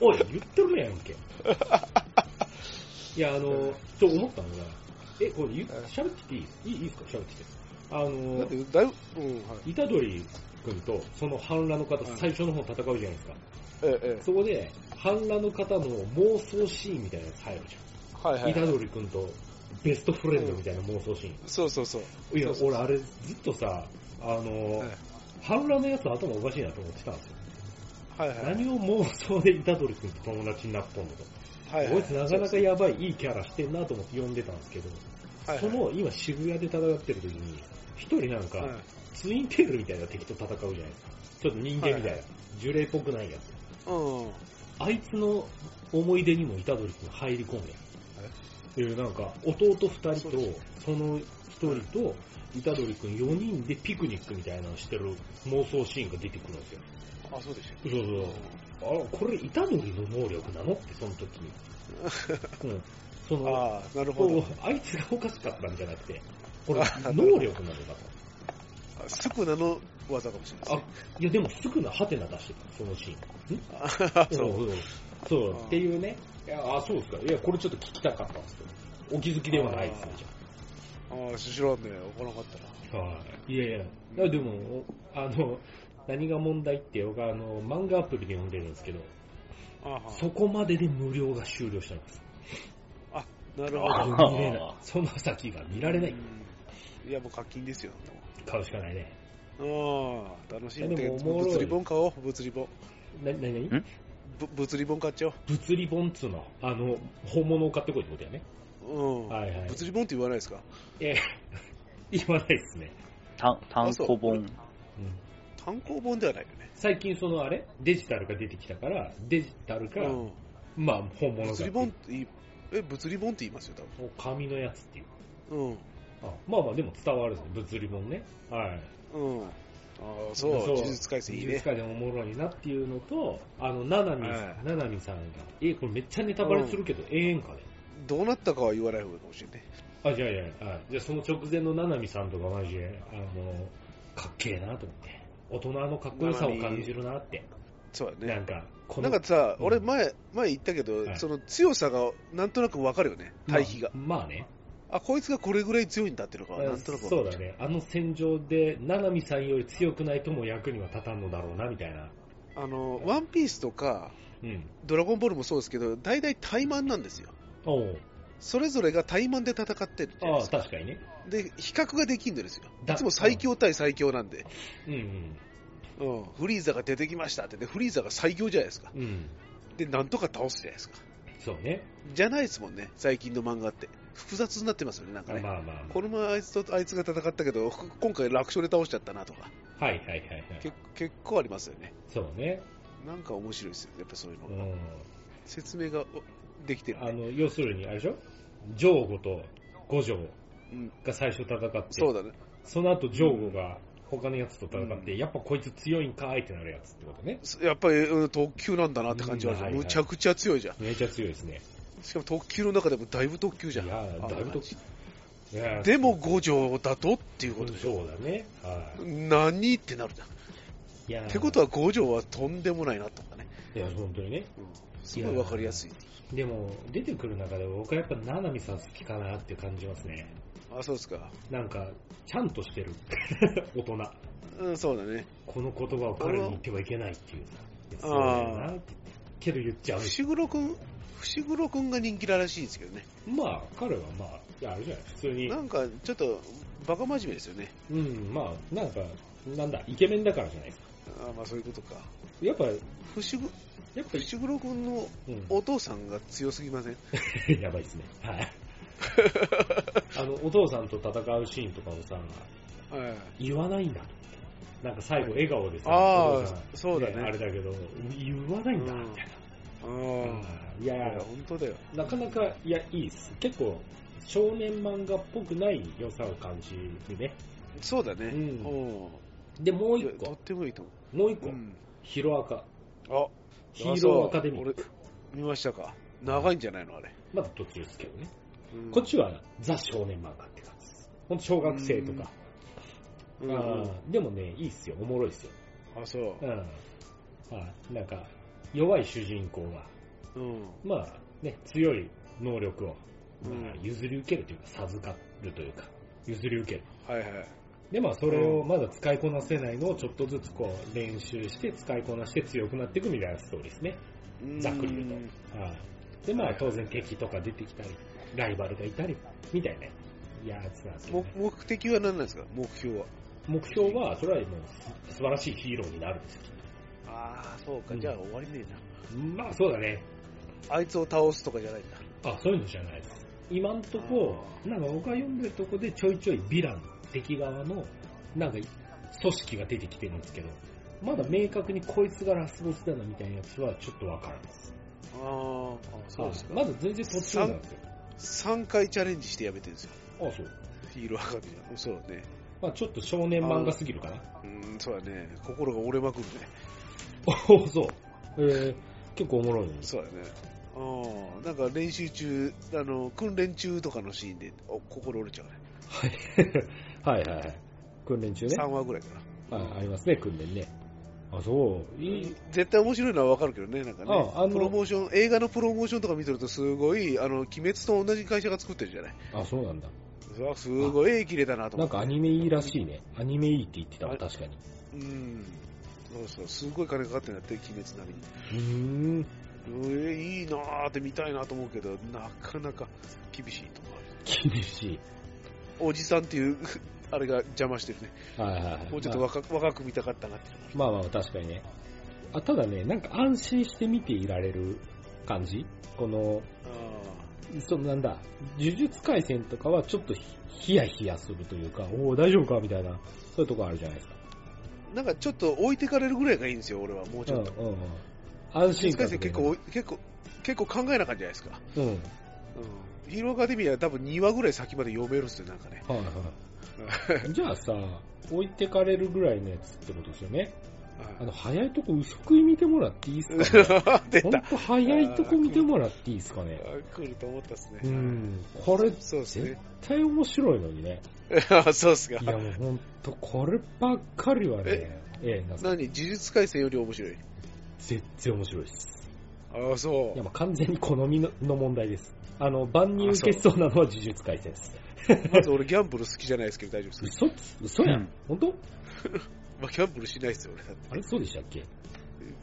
Speaker 2: おい、おい、言ってるやんけ。いや、あの、と思ったのが、え、これ言う、喋ってていいいいいいですか喋ってて。あ
Speaker 1: です。だっ、て、だ
Speaker 2: の
Speaker 1: いぶ、うん、はい。
Speaker 2: 虎杖君とその反乱の方、
Speaker 1: うん
Speaker 2: 最初の方戦うじゃないですか。
Speaker 1: ええ、え
Speaker 2: そこで、反乱の方の妄想シーンみたいなやつ入るじ
Speaker 1: え。はい
Speaker 2: ゃん。
Speaker 1: はい。
Speaker 2: 虎杖君とベストフレンドみたいな妄想シーン。
Speaker 1: そうそうそう。
Speaker 2: いや
Speaker 1: そう、そう
Speaker 2: 俺あれずっとさ、あの
Speaker 1: はい、
Speaker 2: 反乱のやつ頭おかしいなと思ってたんですよ。
Speaker 1: はいはい。
Speaker 2: 何を妄想で虎杖君と友達になったのと。
Speaker 1: はいはい。
Speaker 2: こいつなかなかやばい、いいキャラしてんなと思って読んでたんですけど、
Speaker 1: はいはい
Speaker 2: その今渋谷で戦ってる時に、一人なんか、
Speaker 1: はい
Speaker 2: ツインテールみたいな敵と戦うじゃないですか。ちょっと人間みたい
Speaker 1: は
Speaker 2: な、
Speaker 1: いはい
Speaker 2: 呪霊っぽくないやつ。
Speaker 1: うん。
Speaker 2: あいつの思い出にも虎杖君入り込んで。っていうなんか、弟二人
Speaker 1: そう
Speaker 2: と
Speaker 1: で、
Speaker 2: その一人と、虎杖君四人でピクニックみたいなのしてる妄想シーンが出てくるんですよ。
Speaker 1: あ、そうでし
Speaker 2: そうそう
Speaker 1: ょ。
Speaker 2: あ、これ虎杖の能力なのって、その時 に。うん。その、
Speaker 1: ああ、なるほ
Speaker 2: こ
Speaker 1: ど。
Speaker 2: うあいつがおかしかったんじゃなくて、これ
Speaker 1: あ、
Speaker 2: 能力なのか
Speaker 1: すくなの技かもしれない
Speaker 2: あ、いやでもすぐなハテナ出してた、そのシ
Speaker 1: です
Speaker 2: ーン。
Speaker 1: ね。あそ。
Speaker 2: そううそう
Speaker 1: あー
Speaker 2: っていうね。いや、あ、そうですか。いや、これちょっと聞きたかったんですよ。お気づきではないですね、じ
Speaker 1: ああ、知らんね。わからなかったな。
Speaker 2: ゃあ。はい。いやいや、いやでも、おあの、何が問題って、僕はあの、漫画アプリで読んでるんですけど、
Speaker 1: あは
Speaker 2: そこまでで無料が終了したんです。
Speaker 1: あ、なる
Speaker 3: あ
Speaker 1: ほ
Speaker 3: ー
Speaker 1: ど。
Speaker 2: 見れない。その先が見られない。
Speaker 1: うんいや、もう課金ですよ。
Speaker 2: 買うしかないね。
Speaker 1: ああ、楽しん
Speaker 2: いやで
Speaker 1: で、
Speaker 2: もおもろい
Speaker 1: 物理本買おう、物理本。
Speaker 2: な、なに
Speaker 3: ん
Speaker 1: ぶ物理本買っちゃおう。
Speaker 2: 物理本っつうの。あの、本物を買ってこいってことやね。
Speaker 1: うん。
Speaker 2: はいはい
Speaker 1: 物理本って言わないですか
Speaker 2: えー、言わないですね。
Speaker 3: 単単行本。
Speaker 2: うん
Speaker 1: 単行本ではないよね。
Speaker 2: 最近そのあれデジタルが出てきたから、デジタルか、
Speaker 1: うん。
Speaker 2: まあ本物がっ
Speaker 1: 物
Speaker 2: て
Speaker 1: 理
Speaker 2: いう。
Speaker 1: 本って言い、え、物理本って言いますよ、多
Speaker 2: もう紙のやつっていう。
Speaker 1: 分。
Speaker 2: あまあまあでも伝わるんですね、物理本ね。はい。
Speaker 1: うん。うん。ああ、そう、
Speaker 2: そう
Speaker 1: 呪術改正いい
Speaker 2: 技術
Speaker 1: ね。
Speaker 2: 界でもおもろいなっていうのと、あの、ななみ
Speaker 1: は、い
Speaker 2: ななみさんが、え、これめっちゃネタバレするけど、ええんかね。
Speaker 1: どうなったかは言わない方がいいかもしれないね。
Speaker 2: あ、じゃあじゃあ、はいじゃあその直前のななみさんとかマジで、あの、かっけえなと思って。大人のかっこよさを感じるなって。
Speaker 1: そうだ
Speaker 2: なん
Speaker 1: ね。
Speaker 2: か、こ
Speaker 1: なんかさ、
Speaker 2: うん
Speaker 1: 俺前、前言ったけ
Speaker 2: は
Speaker 1: ど、
Speaker 2: い
Speaker 1: その強さがなんとなくわかるよね、対比が。
Speaker 2: まあまあね。
Speaker 1: あ、こいつがこれぐらい強いんだっていうのが、なんとなくわか
Speaker 2: そう
Speaker 1: る。
Speaker 2: だね、あの戦場で、ななみさんより強くないとも役には立たんのだろうなみたいな、
Speaker 1: あの、ワンピースとか、
Speaker 2: うん、
Speaker 1: ドラゴンボールもそうですけど、大体怠慢なんですよ。
Speaker 2: おう
Speaker 1: それぞれが怠慢で戦ってるじゃない
Speaker 2: あ
Speaker 1: で
Speaker 2: あ、
Speaker 1: すか。
Speaker 2: 確かにね、
Speaker 1: で、比較ができるんですよ。い
Speaker 2: だ
Speaker 1: つも最強対最強なんで、
Speaker 2: うん
Speaker 1: うん、フリーザが出てきましたって、で、フリーザが最強じゃないですか。
Speaker 2: うん、うん、
Speaker 1: で、なんとか倒すじゃないですか。
Speaker 2: そうね、
Speaker 1: じゃないですもんね、最近の漫画って。複雑になってますよね、なんか
Speaker 2: まあ
Speaker 1: ね。
Speaker 2: まあま
Speaker 1: この前あいつとあいつが戦ったけど、ふ今回楽勝で倒しちゃったなとか、
Speaker 2: あ、はいはいはい、はい
Speaker 1: け結構ありますよね。
Speaker 2: そうね、
Speaker 1: なんか面白いですよ、やっぱそういうの
Speaker 2: う
Speaker 1: が。
Speaker 2: ん、
Speaker 1: 説明がおできてる、
Speaker 2: あ
Speaker 1: ね
Speaker 2: の要するに、あれでしょ、ジョーゴと五条
Speaker 1: うん。
Speaker 2: が最初戦って、
Speaker 1: そうだね。
Speaker 2: その後ジョーゴが他のやつと戦って、やっぱこいつ強いんかーいってなるやつってことね、
Speaker 1: すやっぱり、うん特急なんだなって感じはあるじゃん、
Speaker 2: うんは
Speaker 1: む
Speaker 2: いはい
Speaker 1: ちゃくちゃ強いじゃん。
Speaker 2: めちゃ強いですね、
Speaker 1: しかも特急の中でもだいぶ特急
Speaker 2: い
Speaker 1: じゃん。
Speaker 2: やー、だいぶと、いやー
Speaker 1: でも五条だとっていうことでしょ。
Speaker 2: そうだね、はい。
Speaker 1: 何ってなるじゃん。
Speaker 2: いやー
Speaker 1: ってことは五条はとんでもないなとかね。
Speaker 2: いや、本当にね。
Speaker 1: うんすごいわかりやすい。
Speaker 2: でも、出てくる中で僕はやっぱ、ななみさん好きかなって感じますね。
Speaker 1: あ、そうですか。
Speaker 2: なんか、ちゃん としてる。大人。
Speaker 1: うん、そうだね。
Speaker 2: この言葉を彼に言ってはいけないっていうさ。い
Speaker 1: あ
Speaker 2: や
Speaker 1: ー
Speaker 2: そうだよなって。けど言っちゃうし。
Speaker 1: 伏黒くん、伏黒くんが人気らしいんですけどね。
Speaker 2: まあ、彼はまあ、いや、あれじゃない、普通に
Speaker 1: な。んか、ちょっと、バカ真面目ですよね。
Speaker 2: うん、まあ、なんか、なんだ、イケメンだからじゃないですか。
Speaker 1: あまあ、そういうことか。
Speaker 2: やっぱ、や
Speaker 1: 伏黒、
Speaker 2: っぱ、
Speaker 1: 伏黒くんの
Speaker 2: う
Speaker 1: お父さんが強すぎません
Speaker 2: ん、 やばいですね。 はい。あの、お父さんと戦うシーンとかをさ、
Speaker 1: はい。
Speaker 2: 言わないんだと思ってなんか最後笑顔でさ、
Speaker 1: あー
Speaker 2: お父さん
Speaker 1: そうだね
Speaker 2: あれだけど、言わないんだ、みたい
Speaker 1: うん。
Speaker 2: な。いや
Speaker 1: いや、
Speaker 2: ー、
Speaker 1: 本当だよ。
Speaker 2: なかなか、いや、いいっす。結構、少年漫画っぽくない良さを感じるね。
Speaker 1: そうだね。う
Speaker 2: う
Speaker 1: んん。
Speaker 2: で、もう
Speaker 1: いや
Speaker 2: 一
Speaker 1: とっ
Speaker 2: 個、
Speaker 1: てもいいと思
Speaker 2: もう一
Speaker 1: う。
Speaker 2: 個、
Speaker 1: うん。
Speaker 2: ヒロアカ。
Speaker 1: あ、
Speaker 2: ヒーローアカデミー
Speaker 1: あ。そう俺見ましたか。長いんじゃないのあれ。
Speaker 2: まだ途中ですけどね。
Speaker 1: うん
Speaker 2: こっちはザ少年漫画って感じです。ほんと小学生とか。
Speaker 1: うん
Speaker 2: あーでもね、いいっすよ。おもろいっすよ。
Speaker 1: あ、そ
Speaker 2: うん。はい。なんか、弱い主人公が、
Speaker 1: う。うん。
Speaker 2: まあね、強い能力を、
Speaker 1: うん
Speaker 2: まあ、譲り受けるというか、授かるというか、譲り受ける。
Speaker 1: はいはい。
Speaker 2: で、まあ、それをまだ使いこなせないのをちょっとずつこう、練習して、使いこなして強くなっていくみたいなストーリーですね。
Speaker 1: うん
Speaker 2: ざっくり言うと。はいで、まあ、当然敵とか出てきたり、ライバルがいたり、みたいなやつなんですよ
Speaker 1: も
Speaker 2: ね。
Speaker 1: 目的は何なんですか目標は。
Speaker 2: 目標は、それはもうす、素晴らしいヒーローになるんですよ。
Speaker 1: ああ、そうか。
Speaker 2: うん
Speaker 1: じゃあ終わりねえな。
Speaker 2: まあ、そうだね。
Speaker 1: あいつを倒すとかじゃないんだ。
Speaker 2: あ、そういうのじゃないです。今んとこ、なんか僕が読んでるとこでちょいちょいヴィラン、敵側の、なんか組織が出てきてるんですけど、まだ明確にこいつがラスボスだなみたいなやつはちょっとわからんです。
Speaker 1: あーあ、そうですか。
Speaker 2: まだ全然途中なんですよ。
Speaker 1: 3回チャレンジしてやめてるんですよ。
Speaker 2: あ、そう。
Speaker 1: ヒーローアカデミーは。そうだね。
Speaker 2: まあちょっと少年漫画すぎるかな。
Speaker 1: うん、そうだね。心が折れまくるね。
Speaker 2: おそう。えー、結構おもろいです。
Speaker 1: そうだね。ああ、なんか練習中、あの、訓練中とかのシーンで、お心折れちゃうね。
Speaker 2: はいはいはい。訓練中ね
Speaker 1: 3。話ぐらいかな。
Speaker 2: あありますね、訓練ね。あ、そう。いい。
Speaker 1: 絶対面白いのはわかるけどね、なんかね。
Speaker 2: ああの
Speaker 1: プロモーション、映画のプロモーションとか見てるとすごい、あの、鬼滅と同じ会社が作ってるじゃない。
Speaker 2: あ、そうなんだ。
Speaker 1: うわ、すごい綺麗だなと思
Speaker 2: なん
Speaker 1: って。
Speaker 2: かアニメいいらしいね。アニメいいって言ってたわ、確かに。
Speaker 1: うん。そうそう、すごい金かかってるんだって、鬼滅なりに。
Speaker 2: うーん。
Speaker 1: えーいいなーって見たいなと思うけど、なかなか厳しいと思
Speaker 2: 厳しい。
Speaker 1: う。おじさんっていう、 あれが邪魔してるね。
Speaker 2: はいはいはい。
Speaker 1: もうちょっと
Speaker 2: まあ
Speaker 1: 若,、若く見たかったなって。
Speaker 2: まあまあ、確かにね。あ、ただね、なんか安心して見ていられる感じこの、
Speaker 1: あ
Speaker 2: そのなんだ、呪術廻戦とかはちょっとひヒヤヒヤするというか、おお、大丈夫かみたいな、そういうとこあるじゃないですか。
Speaker 1: ーなんかちょっと置いてかれるぐらいがいいんですよ、俺は。もうちょっと。
Speaker 2: うんうんうん。安心
Speaker 1: 新
Speaker 2: 感
Speaker 1: 幹
Speaker 2: とい
Speaker 1: 線
Speaker 2: うか
Speaker 1: 結構、結構、結構考えなかったじゃないですか。
Speaker 2: うん。
Speaker 1: うん。ヒーローアカデミアは多分2話ぐらい先まで読めるっすよ、なんかね。
Speaker 2: はいはい。じゃあさ、置いてかれるぐらいのやつってことですよね。あの、早いとこ薄く見てもらっていいですか、ね、
Speaker 1: 出
Speaker 2: ほん
Speaker 1: た。
Speaker 2: と早いとこ見てもらっていいですかね
Speaker 1: あ来ると思ったっすね。
Speaker 2: うん。これ絶
Speaker 1: そうですね。
Speaker 2: 対面白いのにね。
Speaker 1: あ そうっすか
Speaker 2: い。やもうほんと、こればっかりはね、ええ、なんか
Speaker 1: 何呪術廻戦より面白い。
Speaker 2: 全然面白いです。
Speaker 1: ああ、そ
Speaker 2: いうや。もう完全に好みのの問題です。あの、万人受けしそうなのは呪術廻戦です。
Speaker 1: まず俺ギャンブル好きじゃないですけど大丈夫ですか
Speaker 2: 嘘っつ嘘や
Speaker 3: うん
Speaker 2: ん。本当
Speaker 1: まあ、ギャンブルしないですよ、俺だって。
Speaker 2: あれそうでしたっけ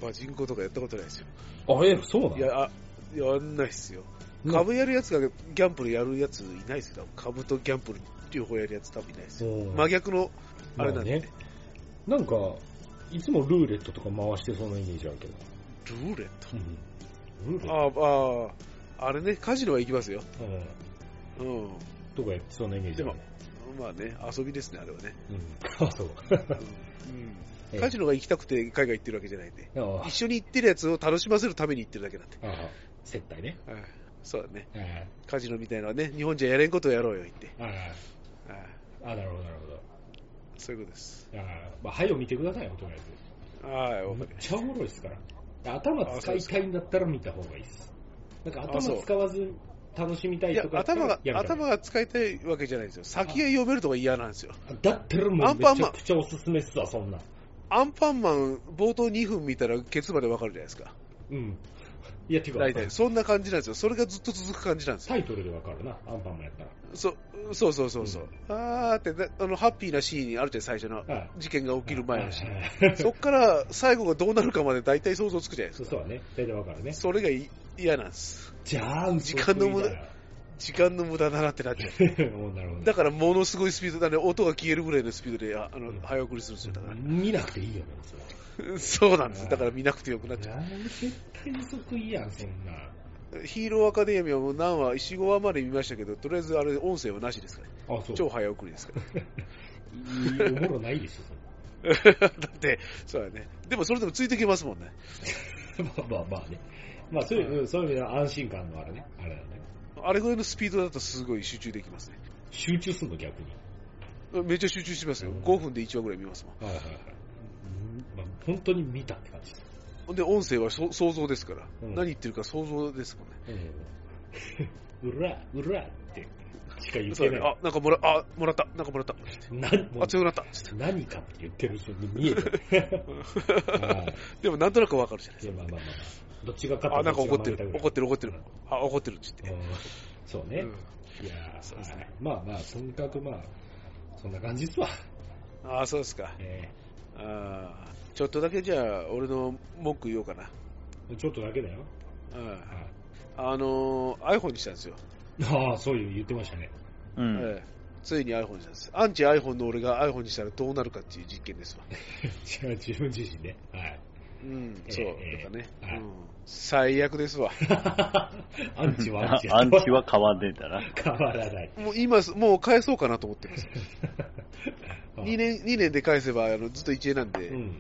Speaker 1: バジンコとかやったことないですよ。
Speaker 2: あ、え、そうない
Speaker 1: や、あ、やんないっすよ。
Speaker 2: の
Speaker 1: 株やるやつがギャンブルやるやついないですよ、多分株とギャンブル両方やるやつ多分いないですよ。
Speaker 2: うん
Speaker 1: 真逆の、あれなんで、ね
Speaker 2: まなんか、いつもルーレットとか回してそうなイメージあるけど。
Speaker 1: ルーレット。
Speaker 2: ルーレット
Speaker 1: ああ、ああ、あれね、カジノは行きますよ。
Speaker 2: うん
Speaker 1: うん。
Speaker 2: とかやってそうなイメージあるね。
Speaker 1: まあね、遊びですね、あれはね。
Speaker 2: うん。あ、 そう。
Speaker 1: うん
Speaker 2: ええ
Speaker 1: カジノが行きたくて海外行ってるわけじゃないんで。
Speaker 2: ああ
Speaker 1: 一緒に行ってるやつを楽しませるために行ってるだけなんで。
Speaker 2: ああ、接待ね。
Speaker 1: はいそうだね。
Speaker 2: あ
Speaker 1: カジノみたいなのはね、日本じゃやれんことをやろうよ、言って。
Speaker 2: あ、あ
Speaker 1: はい
Speaker 2: あ、ああなるほど、なるほど。
Speaker 1: そういうことです。
Speaker 2: ああ、まあ、はいを見てくださいよ、とりあえず。
Speaker 1: はい、わか
Speaker 2: めっ
Speaker 1: りまし
Speaker 2: ちゃおもろいですから。頭使いたいんだったら見た方がいいです。なんか
Speaker 1: あそう
Speaker 2: 頭使わず楽しみた
Speaker 1: た。
Speaker 2: い
Speaker 1: いや
Speaker 2: と、かだったら
Speaker 1: 頭が、
Speaker 2: やめた方
Speaker 1: 頭
Speaker 2: がい
Speaker 1: が
Speaker 2: い
Speaker 1: 使いたいわけじゃないんですよ。先が読めるとか嫌なんですよ。
Speaker 2: だったらも
Speaker 1: ア
Speaker 2: う
Speaker 1: ンパン
Speaker 2: めち
Speaker 1: マ
Speaker 2: ゃ
Speaker 1: ン
Speaker 2: くちゃおすすめっすわ、そんなん。
Speaker 1: アンパンマン、冒頭2分見たら、ケツまでわかるじゃないですか。
Speaker 2: うん。いや、てか、
Speaker 1: 大体。そんな感じなんですよ。それがずっと続く感じなんですよ。
Speaker 2: タイトルでわかるな、アンパンマンやったら。
Speaker 1: そそうそうそうそう。あーってな、あの、ハッピーなシーンあるじゃん、最初の。
Speaker 2: はい。
Speaker 1: 事件が起きる前のシーン。
Speaker 2: はい
Speaker 1: そっから最後がどうなるかまで大体想像つくじゃないです
Speaker 2: そう
Speaker 1: か。
Speaker 2: そうだね。大体わかるね。
Speaker 1: それがい嫌なんです。
Speaker 2: じゃあ、
Speaker 1: 時間の無駄
Speaker 2: 嘘つい
Speaker 1: 時間の無駄だなってなっちゃう。
Speaker 2: た らもうなるほど。
Speaker 1: だからものすごいスピードだね、音が消えるぐらいのスピードで、ああ
Speaker 2: うん
Speaker 1: の、早送りするんですよ、だか
Speaker 2: 見なくていいよね、それ
Speaker 1: ら。そうなんです。だから見なくてよくなっちゃ
Speaker 2: 絶対予測いいやん、そんな。
Speaker 1: う。ヒーローアカデミアも何話、4、5話まで見ましたけど、とりあえずあれ音声はなしですからね。
Speaker 2: あ、そ う。
Speaker 1: 超早送りですから。
Speaker 2: いいおもろないでしょ、
Speaker 1: だって、そうだね。でもそれでもついてきますもんね。
Speaker 2: そんなまあまあまあね。まあそういう、うんそういう意味では安心感のあるね。あれだね。
Speaker 1: あれぐらいのスピードだとすごい集中できますね。
Speaker 2: 集中するの、逆に。
Speaker 1: めっちゃ集中しますよ。5分で1話ぐらい見ますもん。
Speaker 2: はいはいはい。まあ、本当に見たって感じ。
Speaker 1: ほんで、音声はそ想像ですから、
Speaker 2: うん
Speaker 1: 何言ってるか想像ですもんね。
Speaker 2: うん。うら、うらってしか言っ
Speaker 1: そう
Speaker 2: て
Speaker 1: だね
Speaker 2: ない。
Speaker 1: あ、なんかもら、あ、もらった、なんかもらった、
Speaker 2: 何も
Speaker 1: あ、強くなった。
Speaker 2: 何かって言ってる人に見え てる。はい
Speaker 1: でもなんとなくわかるじゃない
Speaker 2: い
Speaker 1: です
Speaker 2: やまあ
Speaker 1: か。
Speaker 2: まあまあまあ。どっちが勝った
Speaker 1: あ、なんか怒ってる、怒ってる、怒ってる
Speaker 2: うん。
Speaker 1: あ、怒ってるって言
Speaker 2: る
Speaker 1: っ。
Speaker 2: うんそう
Speaker 1: て。
Speaker 2: ね。いやー
Speaker 1: そうですね
Speaker 2: はいまあまあ、とにかくまあ、そんな感じっすわ。
Speaker 1: うんあ、そうですか。
Speaker 2: え
Speaker 1: あーちょっとだけじゃあ、俺の文句言おうかな。
Speaker 2: ーちょっとだけだよ。
Speaker 1: うん
Speaker 2: はい
Speaker 1: あのー、iPhone にしたんですよ。
Speaker 2: ああ、そういう言ってましたね。
Speaker 3: うん。
Speaker 1: ええついに iPhone にしたんです。アンチ iPhone の俺が iPhone にしたらどうなるかっていう実験ですわ。
Speaker 2: 違う自分自身ね。はい。
Speaker 1: うん、
Speaker 2: ええ
Speaker 1: そう、
Speaker 2: ええ
Speaker 1: とかね。う
Speaker 2: はい
Speaker 1: ん最悪ですわ。
Speaker 2: アンチはアンチ
Speaker 3: アンチは変わんねえんだな。
Speaker 2: 変わらない。
Speaker 1: もう今す、もう返そうかなと思って ます。
Speaker 2: あ
Speaker 1: 2年、二年で返せば、あの、ずっと1円なんで、
Speaker 2: うん。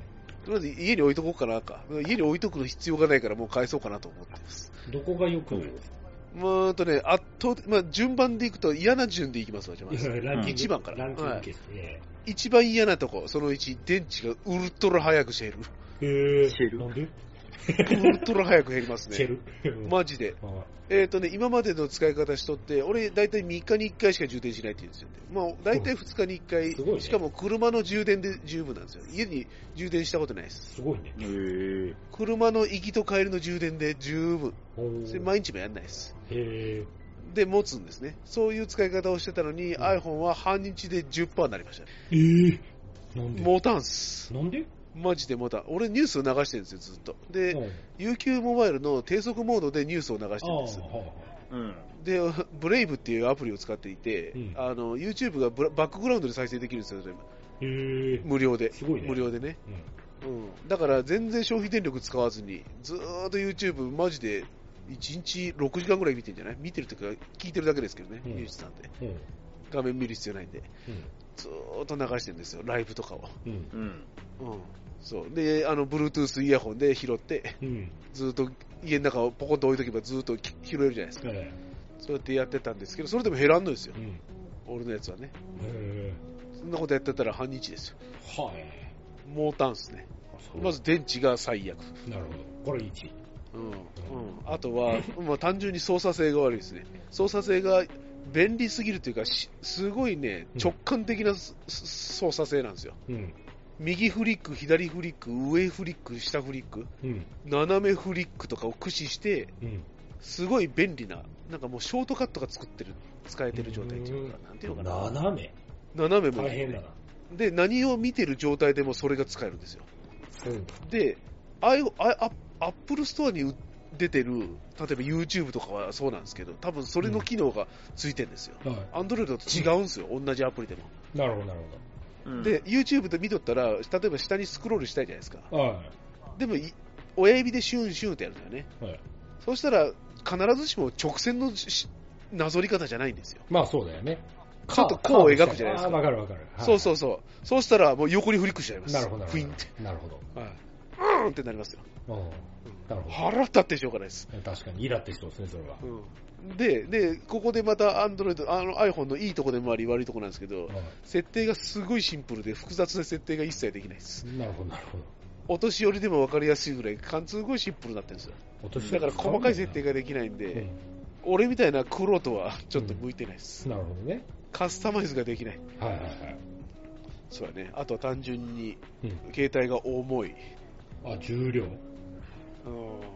Speaker 1: とりあえず家に置いとこうかなか。家に置いとくの必要がないからもう返そうかなと思ってます。
Speaker 2: どこが良くないですか
Speaker 1: うーんとね、圧倒的、まあ順番でいくと嫌な順でいきますわ、じゃあまず。
Speaker 2: いやランキング。
Speaker 1: 一番から
Speaker 2: ランキング決して。
Speaker 1: 一番嫌なとこ、その1、電池がウルトラ早くしている。
Speaker 2: へえ
Speaker 3: シェル
Speaker 2: なんで
Speaker 1: ウルトラ早く減ります
Speaker 2: チェ
Speaker 1: ね。
Speaker 2: ル。
Speaker 1: マジで。
Speaker 2: うん
Speaker 1: えっ、とね、今までの使い方しとって、俺、だいたい3日に1回しか充電しないって言うんですよね。まあ、だいたい2日に1回、
Speaker 2: すごいね
Speaker 1: しかも車の充電で十分なんですよ。家に充電したことないです。
Speaker 2: すごいね。
Speaker 3: へえ。
Speaker 1: 車の行きと帰りの充電で十分。
Speaker 2: おー
Speaker 1: それ毎日もやんないです。
Speaker 2: へー
Speaker 1: で、持つんですね。そういう使い方をしてたのに、
Speaker 2: うん
Speaker 1: iPhone は半日で10%になりましたね。
Speaker 2: えーなんで
Speaker 1: 持たんす。
Speaker 2: なんで
Speaker 1: マジで持たん。俺ニュースを流してるんですよ、ずっと。で、
Speaker 2: うん
Speaker 1: UQ モバイルの低速モードでニュースを流してるんです。
Speaker 2: あ
Speaker 3: うん。
Speaker 1: で、ブレイブっていうアプリを使っていて、
Speaker 2: うん
Speaker 1: あの YouTube がブラバックグラウンドで再生できるんですよ、全部
Speaker 2: ーへー
Speaker 1: 無料で。
Speaker 2: すごいね。
Speaker 1: 無料でね、
Speaker 2: う
Speaker 1: う
Speaker 2: ん。
Speaker 1: ん。だから全然消費電力使わずに、ずーっと YouTube マジで1日6時間ぐらい見てるんじゃない見てるというか聞いてるだけですけどね、
Speaker 2: うん
Speaker 1: ニュースなんて。
Speaker 2: うん。
Speaker 1: 画面見る必要ないんで。ずーっと流してるんですよ、ライブとかを。
Speaker 2: うん。
Speaker 3: うん。
Speaker 1: うん。そう。で、あの、Bluetooth イヤホンで拾って、
Speaker 2: うん。
Speaker 1: ずーっと家の中をポコンと置いとけばずーっとき拾えるじゃないですか。
Speaker 2: え
Speaker 1: そうやってやってたんですけど、それでも減らんのですよ
Speaker 2: ーう、ん。
Speaker 1: 俺のやつはね。
Speaker 2: へ
Speaker 1: そんなことやってたら半日ですよ。
Speaker 2: ーはい。
Speaker 1: モータンですね。
Speaker 2: あそう
Speaker 1: まず電池が最悪。
Speaker 2: なるほど。これ1。
Speaker 1: うん。うん。あと は、まあ単純に操作性が悪いですね。操作性が便利すぎるというか、しすごいね
Speaker 2: う、ん
Speaker 1: 直感的なすす操作性なんですよ。
Speaker 2: うん。
Speaker 1: 右フリック、左フリック、上フリック、下フリック、
Speaker 2: うん。
Speaker 1: 斜めフリックとかを駆使して、
Speaker 2: うん。
Speaker 1: すごい便利な、なんかもうショートカットが作ってる、使えてる状態っていうか、なんていうのかな。
Speaker 2: 斜め。
Speaker 1: 斜めも
Speaker 2: 大。変だな。
Speaker 1: で、何を見てる状態でもそれが使えるんですよ。
Speaker 2: うん。
Speaker 1: で、アイアアップルストアに売出てる、例えば YouTube とかはそうなんですけど、多分それの機能がついてるんですよ。
Speaker 2: は
Speaker 1: アンドロイドと違うんですよ、同じアプリでも。
Speaker 2: い。なるほど、なる
Speaker 3: うん、
Speaker 1: で、YouTube で見とったら、例えば下にスクロールしたいじゃないですか。
Speaker 2: ほど。は
Speaker 1: でもい、親指でシュンシュンってやるんだよね。
Speaker 2: い。はい。
Speaker 1: そうしたら、必ずしも直線のしなぞり方じゃないんですよ。
Speaker 2: まあそうだよね。
Speaker 1: ちょっと弧を描くじゃないですか
Speaker 2: あーわかるわかる。
Speaker 1: そう
Speaker 2: う。
Speaker 1: そうそう。そうしたら、もう横にフリックしちゃいます。
Speaker 2: なるほど、なる
Speaker 1: フ
Speaker 2: ほ
Speaker 1: ィンって。
Speaker 2: ど。なるほど。
Speaker 1: はい。うーんってなりますよ。
Speaker 2: うん。なるほ
Speaker 1: 腹立ってしょうがないです。
Speaker 2: ど。確かに、イラってしそうですね、それは。
Speaker 1: うんで、で、ここでまた Android、あの iPhone のいいとこでもあり悪いとこなんですけど、設定がすごいシンプルで複雑な設定が一切できないです。
Speaker 2: うんなるほど、なるほど。
Speaker 1: お年寄りでも分かりやすいぐらい、感すごいシンプルになってるんですよ。
Speaker 2: お年
Speaker 1: だ
Speaker 2: 寄
Speaker 1: から
Speaker 2: り
Speaker 1: 細かい設定ができないんで、
Speaker 2: うん
Speaker 1: 俺みたいな苦労とはちょっと向いてないです。
Speaker 2: なるほどね。
Speaker 1: カスタマイズができない。
Speaker 2: はいはいはい。
Speaker 1: そうだね。あとは単純に
Speaker 2: うん、
Speaker 1: 携帯が重い。
Speaker 2: あ、重量。
Speaker 1: う。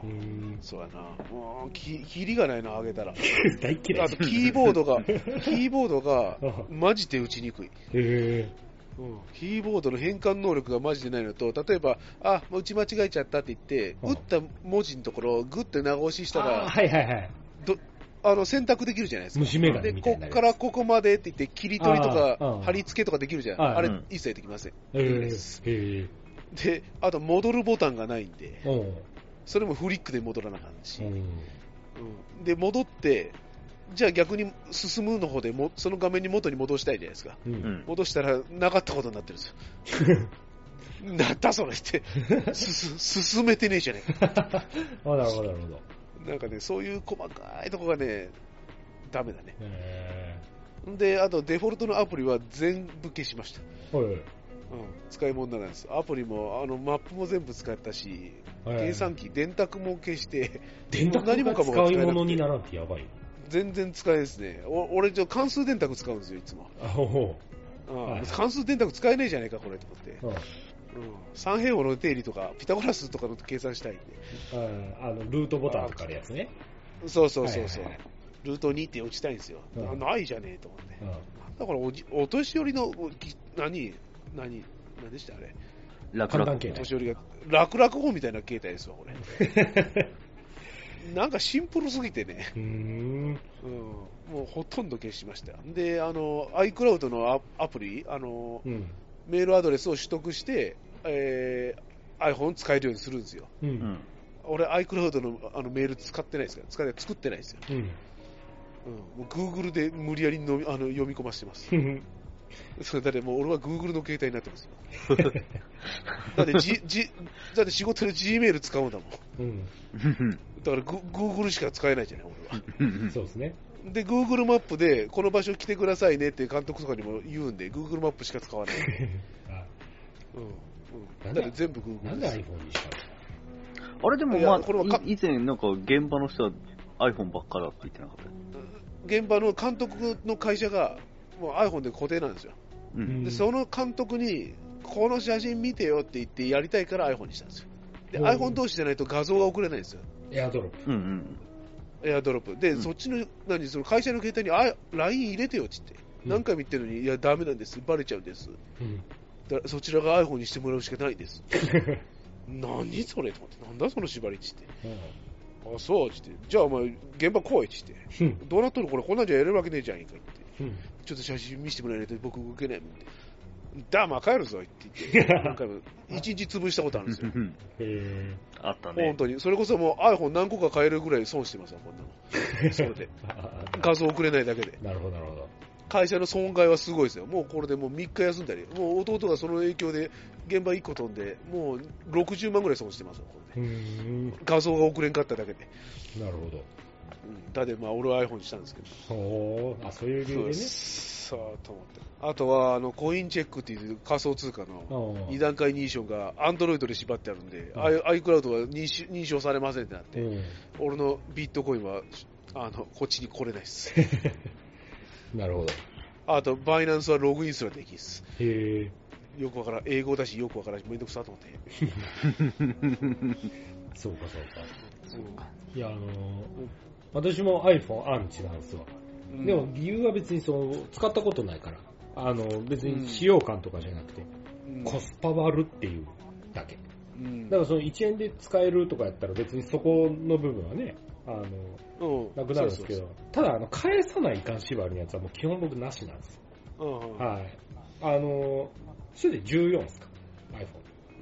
Speaker 2: うんん。
Speaker 1: そうやな。もう、き、きりが ないな、あげたら。
Speaker 2: 大っ嫌い
Speaker 1: あ。と、キーボードが、キーボードが、 マジで打ちにくい。
Speaker 2: へえ。
Speaker 1: うんキーボードの変換能力がマジでないのと、例えば、あ、もう打ち間違えちゃったって言って、
Speaker 2: うん
Speaker 1: 打った文字のところをグッて長押しした
Speaker 2: あー
Speaker 1: ら、
Speaker 2: はいはいはい。
Speaker 1: あの、選択できるじゃないですか。
Speaker 2: 虫眼鏡
Speaker 1: で、
Speaker 2: みたい
Speaker 1: こ
Speaker 2: にな
Speaker 1: っ
Speaker 2: る
Speaker 1: からここまでって言って、切り取りと
Speaker 2: あーう
Speaker 1: か
Speaker 2: ん、
Speaker 1: 貼り付けとかできるじゃない
Speaker 2: はい
Speaker 1: あれ
Speaker 3: うん、
Speaker 1: 一切できません。
Speaker 2: へえ。へえ。
Speaker 1: で、あと、戻るボタンがないんで、
Speaker 2: うん。
Speaker 1: それもフリックで戻らなあかんし
Speaker 2: う、ん。
Speaker 1: うんで、戻って、じゃあ逆に進むの方でも、その画面に元に戻したいじゃないですか。
Speaker 2: う。
Speaker 3: うんん。
Speaker 1: 戻したらなかったことになってるんです よ。なんだそれって、すす進めてねえじゃねえか。
Speaker 2: あ、なるほど、なるほど。
Speaker 1: なんかね、そういう細かいとこがね、ダメだね。
Speaker 2: へ
Speaker 1: で、あとデフォルトのアプリは全部消しました。
Speaker 2: え。はい。
Speaker 1: うん、使い物にならないです。アプリも、あの、マップも全部使ったし、計算機、電卓も消して、
Speaker 2: 電卓
Speaker 1: 何もか
Speaker 2: が
Speaker 1: も
Speaker 2: 使い物にならんってやばい。
Speaker 1: 全然使えないですね。お俺、ちょ関数電卓使うんですよ、いつも。
Speaker 2: あほ
Speaker 1: うん
Speaker 2: はい
Speaker 1: 関数電卓使えねえじゃねえか、これ、と思って。
Speaker 2: う。うん
Speaker 1: うん、三平方の定理とか、ピタゴラスとかの計算したいんで。
Speaker 2: ああの、ルートボタンとかあるやつね。
Speaker 1: そうそうそうそう、
Speaker 2: はいはい
Speaker 1: ルート2って落ちたいんですよ、
Speaker 2: うん
Speaker 1: あないじゃねえと思って、
Speaker 2: うん。
Speaker 1: だからおじお年寄りの、おき何、何、何でした、あれ、
Speaker 3: 楽
Speaker 2: 簡単
Speaker 3: 々。
Speaker 2: 系
Speaker 1: お
Speaker 2: ね。
Speaker 1: 年寄りが、楽々法みたいな携帯ですわ、これ、 なんかシンプルすぎてね、
Speaker 2: うーん。
Speaker 1: うん、もうほとんど消しました、で、あの iCloud のアアプリあの、
Speaker 2: うん。
Speaker 1: メールアドレスを取得して、えー iPhone 使えるようにするんですよ。
Speaker 2: う。
Speaker 3: うんん。
Speaker 1: 俺、iCloud のあのメール使ってないですから、使って作ってないですよ。
Speaker 2: うん。
Speaker 1: うん、もう Google で無理やりのみあの読み込ませて ます。
Speaker 2: うん。
Speaker 1: それだってもう俺は Google の携帯になってますよ。 だってじじだって仕事で Gmail 使うんだもん。
Speaker 2: うん。
Speaker 1: だからグ Google しか使えないじゃない、俺は。
Speaker 2: そうですね。
Speaker 1: で、Google マップでこの場所来てくださいねって監督とかにも言うんで、Google マップしか使わない。
Speaker 2: あ
Speaker 1: うんう
Speaker 2: な
Speaker 1: んん、
Speaker 2: で
Speaker 1: だって全部
Speaker 2: な
Speaker 1: Google
Speaker 2: んで
Speaker 1: です。
Speaker 2: iPhone にしたの
Speaker 3: あれでも
Speaker 1: い
Speaker 3: まあ
Speaker 1: やこれはか、
Speaker 3: い以前なんか現場の人は iPhone ばっかだって言ってなかった。
Speaker 1: 現場の監督の会社が、もう iPhone で固定なんですよ。
Speaker 3: う。
Speaker 2: うんん
Speaker 1: で、その監督に、この写真見てよって言ってやりたいから iPhone にしたんですよ。で、
Speaker 2: うん
Speaker 1: iPhone 同士じゃないと画像が送れないんですよ。
Speaker 2: エアドロップ。
Speaker 3: うんうん。
Speaker 1: エアドロップ。で、
Speaker 3: うん
Speaker 1: そっちの、何、その会社の携帯に、あ、LINE 入れてよって言って。
Speaker 2: うん
Speaker 1: 何回も言ってるのに、いや、ダメなんです。バレちゃうんです。
Speaker 2: うん。
Speaker 1: だそちらが iPhone にしてもらうしかないです。何それと思って、なんだその縛りっつって。あ、そうっつって。じゃあお前、現場来いっつって。
Speaker 2: うん。
Speaker 1: どうなっとるこれ、こんなんじゃやれるわけねえじゃんいいかって。
Speaker 2: うん。
Speaker 1: ちょっと写真見せてもらえないと僕動けないもんで。ダーマ帰るぞって 言って、何回も、一日潰したことあるんですよ。
Speaker 3: うん
Speaker 2: え
Speaker 3: あったね
Speaker 1: 本。当に。それこそもう iPhone 何個か買えるぐらい損してますよ、こんなの。それ で。画像送れないだけで。
Speaker 2: なるほど、なるほど。
Speaker 1: 会社の損害はすごいですよ。もうこれでもう3日休んだり、もう弟がその影響で現場1個飛んで、もう60万ぐらい損してますよ、これで。
Speaker 2: うん。
Speaker 1: 画像が送れんかっただけで。
Speaker 2: なるほど。
Speaker 1: うん、だってまあ俺は iPhone にしたんですけど。
Speaker 2: ほう。あ、そういう理
Speaker 1: そう
Speaker 2: 由
Speaker 1: で。
Speaker 2: です
Speaker 1: さあ、と思って。あとは、あの、コインチェックっていう仮想通貨の
Speaker 2: ね。
Speaker 1: 2段階認証が Android で縛ってあるんで、
Speaker 2: うん
Speaker 1: i- iCloud は認証認証されませんってなっ
Speaker 2: う
Speaker 1: て、
Speaker 2: ん。
Speaker 1: 俺のビットコインは、あの、こっちに来れないです。
Speaker 2: なるほど。
Speaker 1: あと、バイナンスはログインすらできんっす。
Speaker 2: へえ。
Speaker 1: よくわからん、英語だし、よくわからんし、めんどくさと思って。
Speaker 2: そうか、そうか。
Speaker 1: う
Speaker 2: いや、あのー私も iPhone アンチなんですわ。
Speaker 1: ん
Speaker 2: でも、理由は別にそう、使ったことないから。あの、別に使用感とかじゃなくて、
Speaker 1: うん
Speaker 2: コスパ悪っていうだけ。
Speaker 1: うん
Speaker 2: だからその1円で使えるとかやったら別にそこの部分はね、あ
Speaker 1: う
Speaker 2: の、
Speaker 1: ん
Speaker 2: なくなるんですけ
Speaker 1: そう
Speaker 2: ど、ただあの、返さないかん縛りのやつはもう基本僕なしなんですよ。
Speaker 1: そうそううんうん
Speaker 2: はい。あの、それで14ですか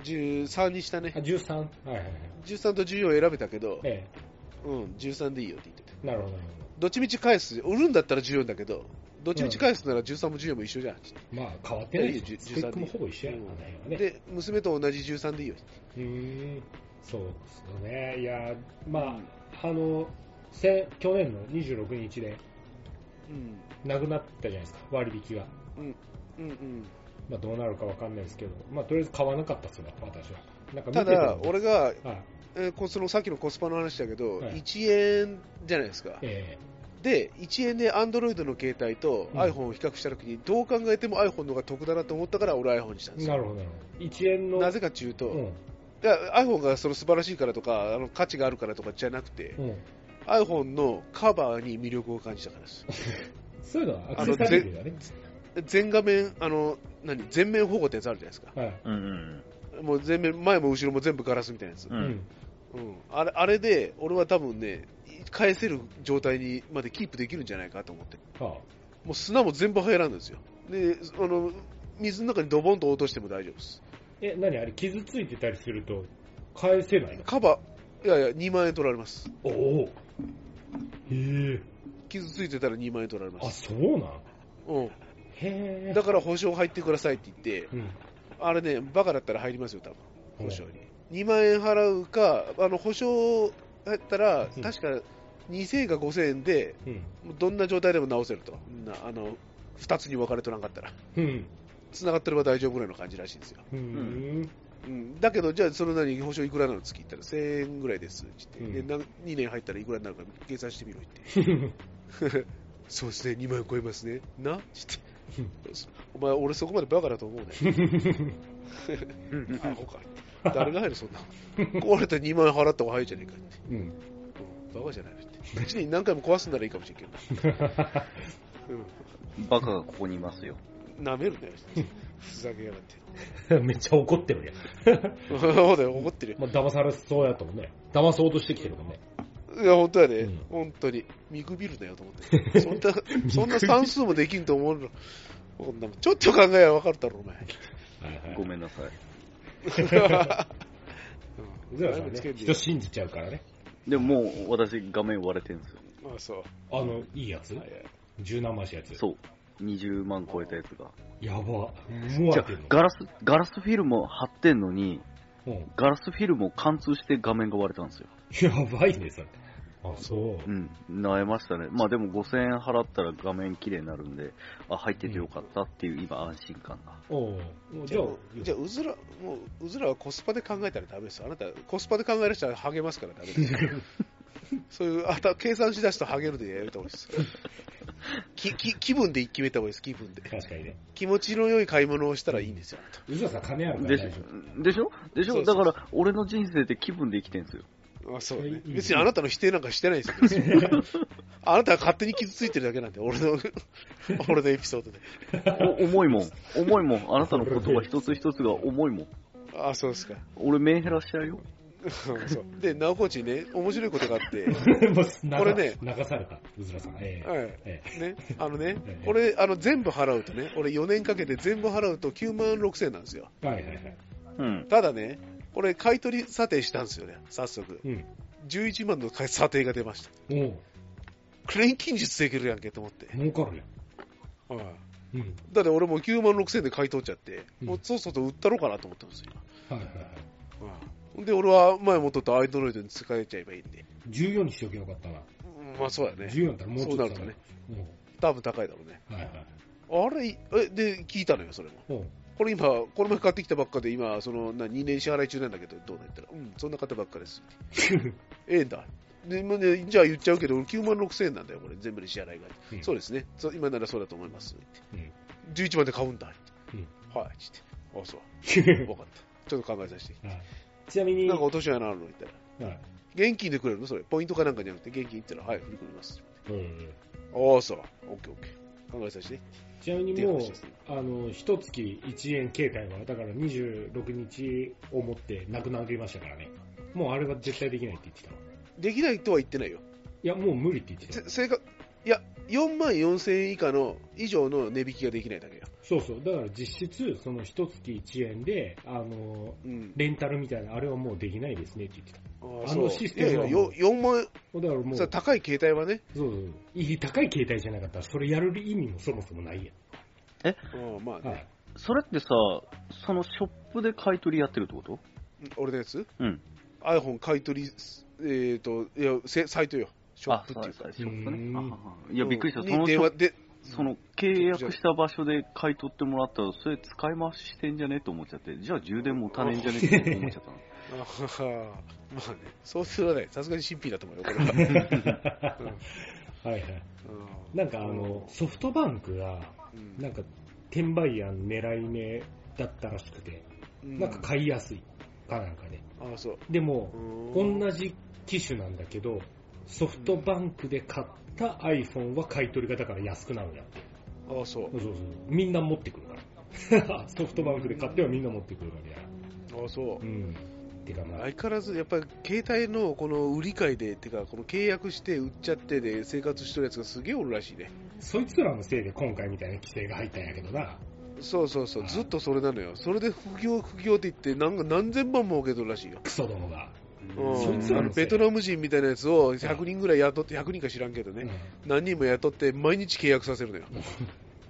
Speaker 2: ?iPhone。
Speaker 1: 13にしたね
Speaker 2: あ、。13? はいはいはい。
Speaker 1: 13と14選べたけど、
Speaker 2: え
Speaker 1: うん、13でいいよって言ってた。
Speaker 2: え、なるほどなる
Speaker 1: どっちみち返す、売るんだったら14だけど、どっちみち返すなら13も14も一緒じゃんって
Speaker 2: ほど。まあ、変わってない
Speaker 1: いやい
Speaker 2: で
Speaker 1: や
Speaker 2: すよ。スペックも
Speaker 1: 13
Speaker 2: ほぼ一緒やな、
Speaker 1: うん
Speaker 2: あの辺はね。
Speaker 1: 言って、で、娘と同じ13でいいよって
Speaker 2: うーん、そうですよね。いや、まあ
Speaker 1: うん、
Speaker 2: あの、せ去年の26日で
Speaker 1: うん、
Speaker 2: なくなったじゃないですか、割引が。
Speaker 1: うん、うん。
Speaker 2: まあ、どうなるかわかんないですけど、まあ、とりあえず買わなかったっすね、私は。なんか見て
Speaker 1: た
Speaker 2: ても
Speaker 1: だ、俺が、
Speaker 2: はい、
Speaker 1: えーこそのさっきのコスパの話だけど、
Speaker 2: はい
Speaker 1: 1円じゃないですか。
Speaker 2: え
Speaker 1: で、1円で Android の携帯と
Speaker 2: うん
Speaker 1: iPhone を比較したときに、どう考えても iPhone の方が得だなと思ったから、俺 iPhone にしたんで
Speaker 2: え
Speaker 1: す
Speaker 2: な
Speaker 1: よ。
Speaker 2: るほど、なるほど。1円の、
Speaker 1: なぜかっていうと、
Speaker 2: うん、
Speaker 1: いや iPhone がその素晴らしいからとか、あの価値があるからとかじゃなくて、
Speaker 2: うん。
Speaker 1: iPhone のカバーに魅力を感じたからです。
Speaker 2: そういうのはアクセサリーだね。
Speaker 1: 全画面、あの、何、全面保護ってやつあるじゃないですか。
Speaker 2: はい。
Speaker 3: うんうん
Speaker 1: もう全面、前も後ろも全部ガラスみたいなやつ。
Speaker 3: う。
Speaker 1: うん
Speaker 2: う
Speaker 3: うんん。。
Speaker 1: あれ、あれで、俺は多分ね、返せる状態にまでキープできるんじゃないかと思って。
Speaker 2: は
Speaker 1: もう砂も全部入らんですよ。で、あの、水の中にドボンと落としても大丈夫です。
Speaker 2: あ、え、何あれ、傷ついてたりすると、返せないの
Speaker 1: カバー、いやいや、2万円取られます。
Speaker 2: おお。へえ。
Speaker 1: 傷ついてたら2万円取られま
Speaker 2: あ、
Speaker 1: す。
Speaker 2: そうな
Speaker 1: う
Speaker 2: ん
Speaker 1: ん。
Speaker 2: へえ。
Speaker 1: だから保証入ってくださいって言って、
Speaker 2: うん。
Speaker 1: あれね、バカだったら入りますよ、多分。保証に。2万円払うか、あの、保証だったら
Speaker 2: う、ん
Speaker 1: 確か2000円か5000円で、
Speaker 2: うん。
Speaker 1: もうどんな状態でも直せると。なあの、2つに分かれとらんかったら。
Speaker 2: うん。
Speaker 1: 繋がってれば大丈夫ぐらいの感じらしいんですよ。
Speaker 2: うん。
Speaker 1: うん。だけど、じゃあ、その何、保証いくらなの月言ったら1000円ぐらいですって言って、
Speaker 2: うん
Speaker 1: でな2年入ったらいくらになるか計算してみろって。 そうですね、2万円超えますね。なって言って。 お前、俺そこまでバカだと思うね。
Speaker 3: うん
Speaker 1: アホか。誰が入る、そんな。壊れたら2万円払った方が早いじゃねえかって。
Speaker 2: うん。
Speaker 1: うんバカじゃないって。一年に何回も壊すんならいいかもしれんけど。
Speaker 3: バカがここにいますよ。
Speaker 1: うん。舐める ね。ふざけやがって。
Speaker 2: めっちゃ怒ってるやん。
Speaker 1: そうだよ、怒ってるよ。
Speaker 2: まあ、騙されそうやともね。騙そうとしてきてるもんね。
Speaker 1: いや、本当やで、
Speaker 2: うん
Speaker 1: 本当に。見くびるなよと思 って。そんな、そんな算数もできんと思うの。こんなもんちょっと考えりゃ分かるだろ、お前。
Speaker 3: ごめんなさい。
Speaker 1: うん
Speaker 2: うざらさん
Speaker 1: つけ
Speaker 2: ね、
Speaker 1: んで
Speaker 2: 人信じちゃうからね。
Speaker 3: でももう私画面割れてるんですよ。
Speaker 1: ああ、そう。
Speaker 2: あの、いいやつ
Speaker 1: はいはい
Speaker 2: 十何万しやつ。
Speaker 3: そう。20万超えたやつが。
Speaker 2: やば。もう
Speaker 3: じ
Speaker 2: や
Speaker 3: ゃ
Speaker 2: ってんの
Speaker 3: ガラス、ガラスフィルム貼ってんのに、
Speaker 2: うん
Speaker 3: ガラスフィルムを貫通して画面が割れたんですよ。
Speaker 2: やばいね、それ。ああ、そう
Speaker 3: う。ん、悩ましたね。まあでも5000円払ったら画面綺麗になるんで、あ、入っててよかったっていう今安心感が。
Speaker 2: おうじ
Speaker 1: じ
Speaker 2: ゃ
Speaker 1: ゃ
Speaker 2: あ
Speaker 1: あ、、じゃあうずら、もう、うずらはコスパで考えたらダメです。あなた、コスパで考える人は励ますからダメです。 そういう、あた、計算しだすとハゲるでやめた方がいいです。き、き、気分で決めた方がいいです、気分で。
Speaker 2: 確かにね。
Speaker 1: 気持ちの良い買い物をしたらいいんですよ、あなた
Speaker 2: うずらさん金あるから
Speaker 3: で
Speaker 2: 大丈
Speaker 3: でしょでし
Speaker 1: そ
Speaker 3: ょ
Speaker 1: うそ
Speaker 3: だ
Speaker 1: う
Speaker 3: から、俺の人生って気分で生きてんすよ。
Speaker 1: あそうね、
Speaker 2: うん
Speaker 1: 別にあなたの否定なんかしてないですよ別に。あなたが勝手に傷ついてるだけなんで、俺の、俺のエピソードで。
Speaker 3: お重いもん。重いもん。あなたの言葉一つ一つが重いもん。
Speaker 1: あそうですか。
Speaker 3: 俺、目減らしちゃうよ。
Speaker 1: そうで、なおコーチにね、面白いことがあって、
Speaker 2: 夫。 もう流
Speaker 1: これね
Speaker 2: 流された、うずらさん。ええ
Speaker 1: はい
Speaker 2: ええ
Speaker 1: ね、あのね
Speaker 2: ええ、
Speaker 1: 俺、あの全部払うとね、俺4年かけて全部払うと9万6000円なんですよ。
Speaker 2: はいはいはい。
Speaker 3: うん。
Speaker 1: ただね、俺、買い取り査定したんですよね、早速。
Speaker 2: うん。
Speaker 1: 11万の買い査定が出ました。
Speaker 2: おう、
Speaker 1: 錬金術できるやんけと思って。
Speaker 2: 儲かるや
Speaker 1: はい
Speaker 2: ん。うん。
Speaker 1: だって俺もう9万6000円で買い取っちゃって、もうそろそろ売ったろうかなと思ったんですよ。
Speaker 2: はいはいはい。
Speaker 1: うんで、俺は前もっとったアイドロイドに使えちゃえばいいんで。
Speaker 2: 14にしときゃよかったな。
Speaker 1: うんまあそうやね。
Speaker 2: 14だったらもうちょっと
Speaker 1: そうなる
Speaker 2: うん
Speaker 1: 多分高いだろうね。
Speaker 2: はいはい。
Speaker 1: あれ、いえ、で、聞いたのよ、それも。
Speaker 2: おう
Speaker 1: これ今、この前買ってきたばっかで、今、その、な2年支払い中なんだけど、どうなったら、うん、そんな方ばっかです。 ええんだ。で、まあね、じゃあ言っちゃうけど、俺9万6千円なんだよ、これ、全部で支払いが。
Speaker 2: うん
Speaker 1: そうですねそう今ならそうだと思います。
Speaker 2: うん
Speaker 1: 11万で買うんだ。
Speaker 2: うん
Speaker 1: はい、つって。あ、そう。 わかった。ちょっと考えさせて。
Speaker 2: はいちなみに、
Speaker 1: なんか
Speaker 2: は
Speaker 1: 落とし穴あるの言ったら。
Speaker 2: い
Speaker 1: 現金でくれるのそれ。ポイントかなんかじゃなくて、現金言ったら、はい、振り込みます。
Speaker 2: うん
Speaker 1: ああ、そう。オッケーオッケー。考えさせて。
Speaker 2: ちなみに
Speaker 1: 電
Speaker 2: もう
Speaker 1: 話します、
Speaker 2: あの、一月1円携帯は、だから26日をもってなくなりましたからね。もうあれは絶対できないって言ってたわ。
Speaker 1: できないとは言ってないよ。
Speaker 2: いや、もう無理って言ってた
Speaker 1: せ
Speaker 2: よ。
Speaker 1: 正確、いや、4万4千円以下の、以上の値引きができないだけよ。
Speaker 2: そうそう。だから実質、その一月1円で、あの、
Speaker 1: うん。
Speaker 2: レンタルみたいな、あれはもうできないですねって言ってた。
Speaker 1: あ
Speaker 2: あ
Speaker 1: ー
Speaker 2: の
Speaker 1: そう
Speaker 2: システムはい
Speaker 1: やいや、よ4万
Speaker 2: だからも
Speaker 1: 円、
Speaker 2: う、
Speaker 1: さ
Speaker 2: そう
Speaker 1: 高い携帯はね、
Speaker 2: そう。いい高い携帯じゃなかったら、それやる意味もそもそもないや
Speaker 1: うん、まあ
Speaker 2: ん。はい
Speaker 1: ね、。
Speaker 3: それってさ、そのショップで買い取りやってるってこと
Speaker 1: うん俺のやつ
Speaker 3: うん。
Speaker 1: iPhone 買い取り、えっ、と、いや、せサイトよ。ショップっていうか
Speaker 3: あ。ショップ
Speaker 2: う
Speaker 3: ね
Speaker 2: ん。
Speaker 3: あははいや、びっくりした。
Speaker 1: うん
Speaker 3: その
Speaker 1: に電
Speaker 3: ショッ
Speaker 1: 話
Speaker 3: プ
Speaker 1: で、
Speaker 3: その契約した場所で買い取ってもらったら、それ使い回ししてんじゃねと思っちゃって、じゃあ充電も足りんじゃねって思っちゃったの。
Speaker 1: あははまあね、そうすらない。さすがに新品だと思うよ、これ は。
Speaker 2: はいはい。
Speaker 1: うん
Speaker 2: なんかあの、ソフトバンクが、
Speaker 1: うん
Speaker 2: なんか、転売屋狙い目だったらしくて、
Speaker 1: うん
Speaker 2: なんか買いやすいかなんかで。
Speaker 1: ああ、そう。
Speaker 2: でも、
Speaker 1: うん
Speaker 2: 同じ機種なんだけど、ソフトバンクで買った iPhone は買い取りがだから安くなるんだって。
Speaker 1: ああ、そう
Speaker 2: そう。そうそう。みんな持ってくるから。 ソフトバンクで買ってはみんな持ってくるからね。
Speaker 1: ああ、そう
Speaker 2: う。ん。てかまあ
Speaker 1: 相、変わらず、やっぱり携帯のこの売り買いで、てか、この契約して売っちゃってで生活してるやつがすげえおるらしいね。
Speaker 2: そいつらのせいで今回みたいな規制が入ったんやけどな。
Speaker 1: そうそうそう、
Speaker 2: はい
Speaker 1: ずっとそれなのよ。それで副業、副業って言って、なんか何千万儲けとるらしいよ。
Speaker 2: クソどもが。
Speaker 1: うん
Speaker 2: そいつらのせい
Speaker 1: ベトナム人みたいなやつを100人ぐらい雇って、100人か知らんけどね、
Speaker 2: うん
Speaker 1: 何人も雇って毎日契約させ るのよ。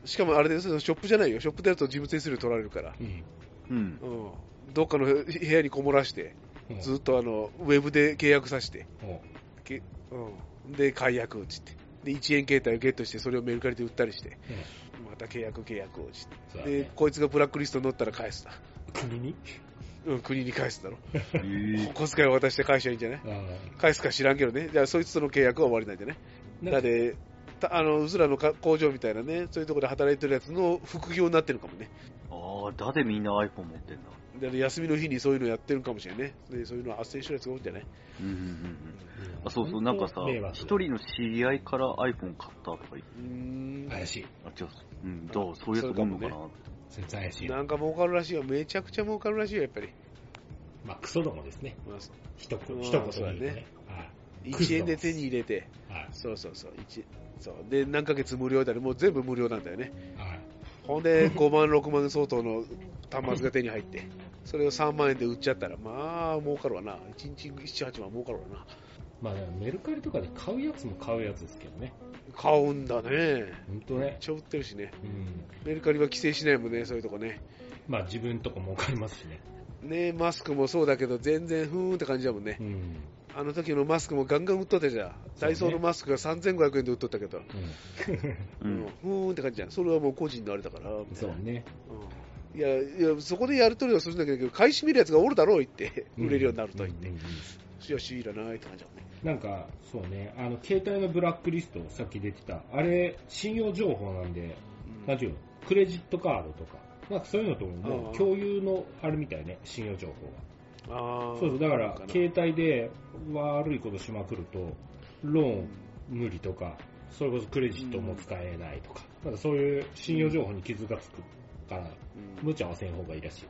Speaker 1: しかもあれですよ、ショップじゃないよ。ショップでやると事務手数料取られるから。
Speaker 2: うん。
Speaker 3: うん。
Speaker 1: うん。どっかの部部屋にこもらして、
Speaker 2: うん
Speaker 1: ずっとあの、ウェブで契約させて。
Speaker 2: も
Speaker 1: けうん、で、解約っつって。で、1円携帯をゲットして、それをメルカリで売ったりして、
Speaker 2: ううん
Speaker 1: また契約契約をして。
Speaker 2: そうだね
Speaker 1: で、こいつがブラックリストに乗ったら返すな。
Speaker 2: 国に
Speaker 1: うん、国に返すだろ。
Speaker 3: へー
Speaker 1: お小遣いを渡して返しゃいいんじゃない
Speaker 2: あー
Speaker 1: 返すか知らんけどね。じゃあ、そいつとの契約は終わりなんじゃない
Speaker 2: なん
Speaker 1: だ
Speaker 2: か
Speaker 1: って、たあの、うずらのか工場みたいなね、そういうところで働いてるやつの副業になってるかもね。
Speaker 3: ああ、だでみんな iPhone 持ってんだ。
Speaker 1: だから休みの日にそういうのやってるかもしれんね。で、そういうの発生してるやつが多いんじゃない
Speaker 3: うんうんうんうん。あそうそう、なんかさ、
Speaker 2: 迷惑
Speaker 3: 一人の知り合いから iPhone 買ったとか言って、
Speaker 1: うーん。
Speaker 2: 怪しい。
Speaker 3: あ、違うっす、うん、どうそういうやつおんのかなって。
Speaker 2: そいつ怪しい。
Speaker 1: なんか儲かるらしいよ。めちゃくちゃ儲かるらしいよ、やっぱり。
Speaker 2: まあ、クソどもですね。
Speaker 1: まあ、
Speaker 2: 一言、
Speaker 1: うん
Speaker 2: 一言で言うとね。クズ
Speaker 1: 1円
Speaker 2: だ
Speaker 1: で手に入れて、
Speaker 2: はい。はい。
Speaker 1: そうそうそう、一そうで何ヶ月無料だね、もう全部無料なんだよね、
Speaker 2: はい。
Speaker 1: ほんで5万、6万相当の端末が手に入って、それを3万円で売っちゃったら、まあ、儲かるわな、1日7、8万儲かるわな、
Speaker 2: まあ、でもメルカリとかで買うやつも買うやつですけどね。
Speaker 1: 買うんだね、
Speaker 2: ほんと
Speaker 1: め
Speaker 2: ね
Speaker 1: っ。ちゃ売ってるしね、
Speaker 2: うん。
Speaker 1: メルカリは規制しないもんね、そういうとこね、
Speaker 2: まあ、自分とか儲かりますしね。
Speaker 1: ねマスクもそうだけど、全然ふーんって感じだもんね
Speaker 2: う、ん。
Speaker 1: あの時のマスクもガンガン売っとったじゃん、ダイソーのマスクが3500円で売っとったけど、う
Speaker 3: うんん、
Speaker 1: うーんって感じじゃん、それはもう個人のあれだから、みたい
Speaker 2: そ
Speaker 1: な
Speaker 2: うね。
Speaker 1: うんいやいや、そこでやり取りをするんだけど、買い占めるやつがおるだろう言って、売れるようになると言って、
Speaker 2: うんうんうん
Speaker 1: いや、しいらないって感じだもんね。
Speaker 2: なんか、そうね、あの、携帯のブラックリスト、さっき出てた、あれ、信用情報なんで、
Speaker 1: うん
Speaker 2: なんていうの、クレジットカードとか、なんかそういうのとも
Speaker 1: あ
Speaker 2: も
Speaker 1: あ
Speaker 2: う共有のあるみたいね、信用情報
Speaker 1: あ
Speaker 2: が。
Speaker 1: ー
Speaker 2: そうそう、だから
Speaker 1: な、ん
Speaker 2: 携帯で悪いことしまくると、ローン無理とか、それこそクレジットも使えないとか、なんかそういう信用情報に傷がつくから、
Speaker 1: うん
Speaker 2: 無茶はせん方がいいらし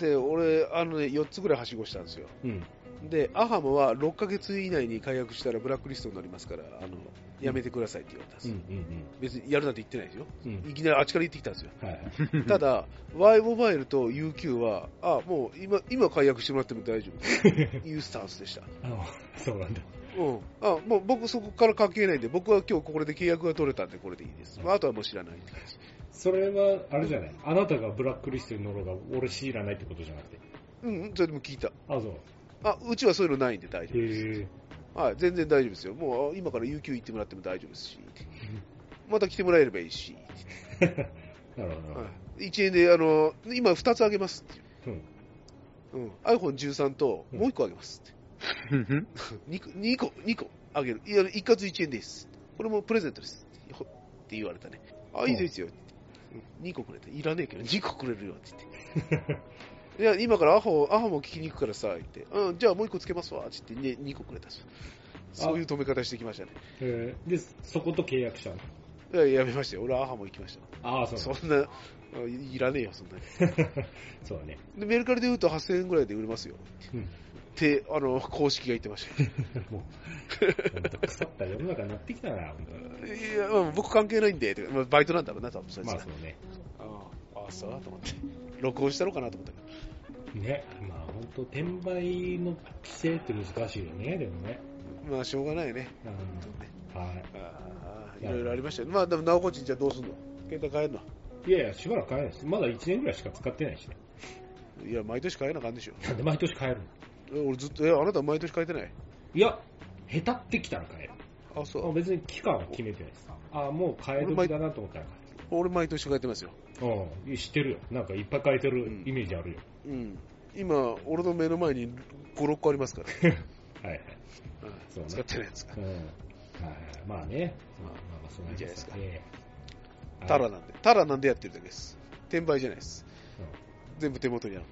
Speaker 2: い。
Speaker 1: で、俺、あのね、4つぐらいはしごしたんですよ。
Speaker 2: うん。
Speaker 1: で、アハムは6ヶ月以内に解約したらブラックリストになりますから、あの、やめてくださいって言われたんです
Speaker 2: うん
Speaker 1: よ。
Speaker 2: うん
Speaker 1: 別にやるなんて言ってないですよ。
Speaker 2: うん。うん。
Speaker 1: いきなりあっちから言ってきたんですよ。
Speaker 2: はいはい。
Speaker 1: ただ、Y モバイルと UQ は、あ、もう今、今解約してもらっても大丈 夫いうスタンスでした。
Speaker 2: あの、 そうなんだ。
Speaker 1: うん。あ、もう僕そこから関係ないんで、僕は今日これで契約が取れたんで、これでいいです。まあ、あとはもう知らないって感じ。
Speaker 2: それは、あれじゃないあなたがブラックリストに乗ろうが、俺知らないってことじゃなくて。
Speaker 1: うんうん、それでも聞いた。
Speaker 2: あ、そう。
Speaker 1: あ、うちはそういうのないんで大丈夫です。
Speaker 2: へえ。
Speaker 1: はい、全然大丈夫ですよ。もうあ今から UQ 行ってもらっても大丈夫ですし。また来てもらえればいいし。
Speaker 2: なるほど。
Speaker 1: はい、1円で、あの、今2つあげますっていう。
Speaker 2: うん。
Speaker 1: うん、iPhone13 ともう1個あげますって。2個、2個、2個あげる。いや、一括1円です。これもプレゼントです。ほって言われたね。あ、いいですよ。2個くれて。いらねえけど、2個くれるよって 言って。いや、今からアホ、アホも聞きに行くからさ、言って。うん、じゃあもう1個つけますわ、って言って、ね、2個くれたし。そういう止め方してきましたね。
Speaker 2: へえで、そこと契約したの。
Speaker 1: いや、やめましたよ。俺はアホも行きまし
Speaker 2: ああ、そ
Speaker 1: た。そ
Speaker 2: うそう。
Speaker 1: んな、うんいいらねえよ、そんなに。
Speaker 2: そうだね。
Speaker 1: で、メルカリで言うと8000円ぐらいで売れますよ。
Speaker 2: うん
Speaker 1: って、あの、公式が言ってました。
Speaker 2: もう、ほんと腐った世の中になってきたな、ほんと
Speaker 1: いや、まあ僕関係ないんで、てかまあバイトなんだろうな、多分そいつ
Speaker 2: ま
Speaker 1: ら
Speaker 2: あそうね。
Speaker 1: ああ、あそうと思って。 録音したのかなと思ったけ
Speaker 2: ね。まあほんと、転売の規制って難しいよね、でもね。
Speaker 1: ど。まあ、しょうがないね。
Speaker 2: うん。はい。
Speaker 1: ああ、いろいろありましたよ。まあ、でも、なおこちんじゃあどうすんの携帯変える
Speaker 2: いやいや、しばらく買えないです。まだ1年ぐらいしか使ってないしね。
Speaker 1: のいや、毎年変えなあかんでしょ。
Speaker 2: なんで毎年買えるの
Speaker 1: え俺ずっと、え、あなた毎年変えてない
Speaker 2: いや、下手ってきたら買える。
Speaker 1: あ、そ
Speaker 2: あ
Speaker 1: う。
Speaker 2: 別に期間は決めてないです。あもう変え時だなと思ったら
Speaker 1: 俺毎年変えてますよ。
Speaker 2: 変える。うん、知ってるよ。なんかいっぱい変えてるイメージあるよ。
Speaker 1: うん。今、俺の目の前に5、6個ありますから。
Speaker 2: はい
Speaker 1: うん
Speaker 2: そうね
Speaker 1: 使ってないやつが。
Speaker 2: はい。うん。はいはいまあね。
Speaker 1: ま
Speaker 2: ま
Speaker 1: あ
Speaker 2: あまあ、そん
Speaker 1: いい
Speaker 2: な
Speaker 1: じゃないですか
Speaker 2: ええ
Speaker 1: タ
Speaker 2: は
Speaker 1: ラ
Speaker 2: い
Speaker 1: なんで。タラなんでやってるだけです。転売じゃないです。全部手元にあるん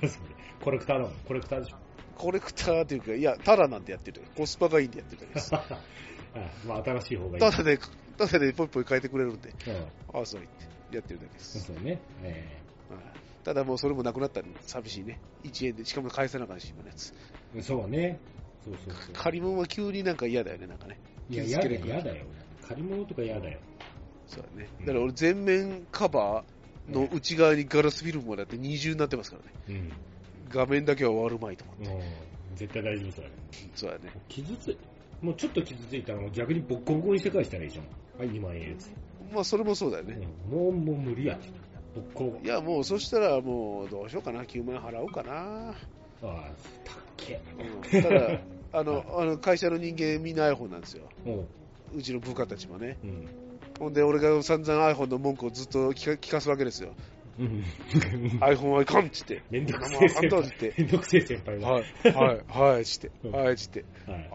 Speaker 1: で。
Speaker 2: うん そうねコレクターだもん。コレクターで しょ。
Speaker 1: コレクターというか、いや、タラなんでやってるだけ。コスパがいいんでやってるだ けです。
Speaker 2: はいまあ、新しい方がいい。
Speaker 1: ただで、ただでポイポイ変えてくれるんで、
Speaker 2: うん
Speaker 1: ああ、そう言って、やってるだけです。
Speaker 2: そうね。え
Speaker 1: はいただもうそれもなくなったんで、寂しいね。1円で、しかも返さなあかんし、今のやつ。
Speaker 2: えそうね。そうそうそう。
Speaker 1: 借り物は急になんか嫌だよね、なんかね。
Speaker 2: いや、
Speaker 1: 傷
Speaker 2: 嫌
Speaker 1: つけ
Speaker 2: だ
Speaker 1: る
Speaker 2: よ、嫌だよ。借り物とか嫌だよ。
Speaker 1: そうだね。だから俺、全面カバーの内側にガラスフィルムをだって二重になってますからね。
Speaker 2: うん。
Speaker 1: 画面だけは悪まいと思って。
Speaker 2: もう、絶対大丈夫そうだね。
Speaker 1: そうだね。
Speaker 2: 傷ついもうちょっと傷ついたらもう逆にボッコボコにして返したらいいじゃん。はい、2万円やつ。
Speaker 1: まあ、それもそうだよね。
Speaker 2: うんもう、もう無理やって。ボッコボコ
Speaker 1: い。や、もう、そしたらもう、どうしようかな。9万円払おうかな。
Speaker 2: ああ、たっけ。
Speaker 1: うんた だ、あの、あの会社の人間みんな iPhone なんですよ。
Speaker 2: もう、
Speaker 1: うちの部下たちもね。
Speaker 2: うん。
Speaker 1: ほんで、俺が散々 iPhone の文句をずっと聞か聞かすわけですよ。
Speaker 2: うん。
Speaker 1: iPhone はいかんっつって。
Speaker 2: めんどくせえ
Speaker 1: あかん
Speaker 2: 先
Speaker 1: と
Speaker 2: 輩
Speaker 1: っ。つって。
Speaker 2: めんどくせえ先輩が。は
Speaker 1: はい、 はい、はい、つって。
Speaker 2: うん
Speaker 1: はい、つって。
Speaker 2: い。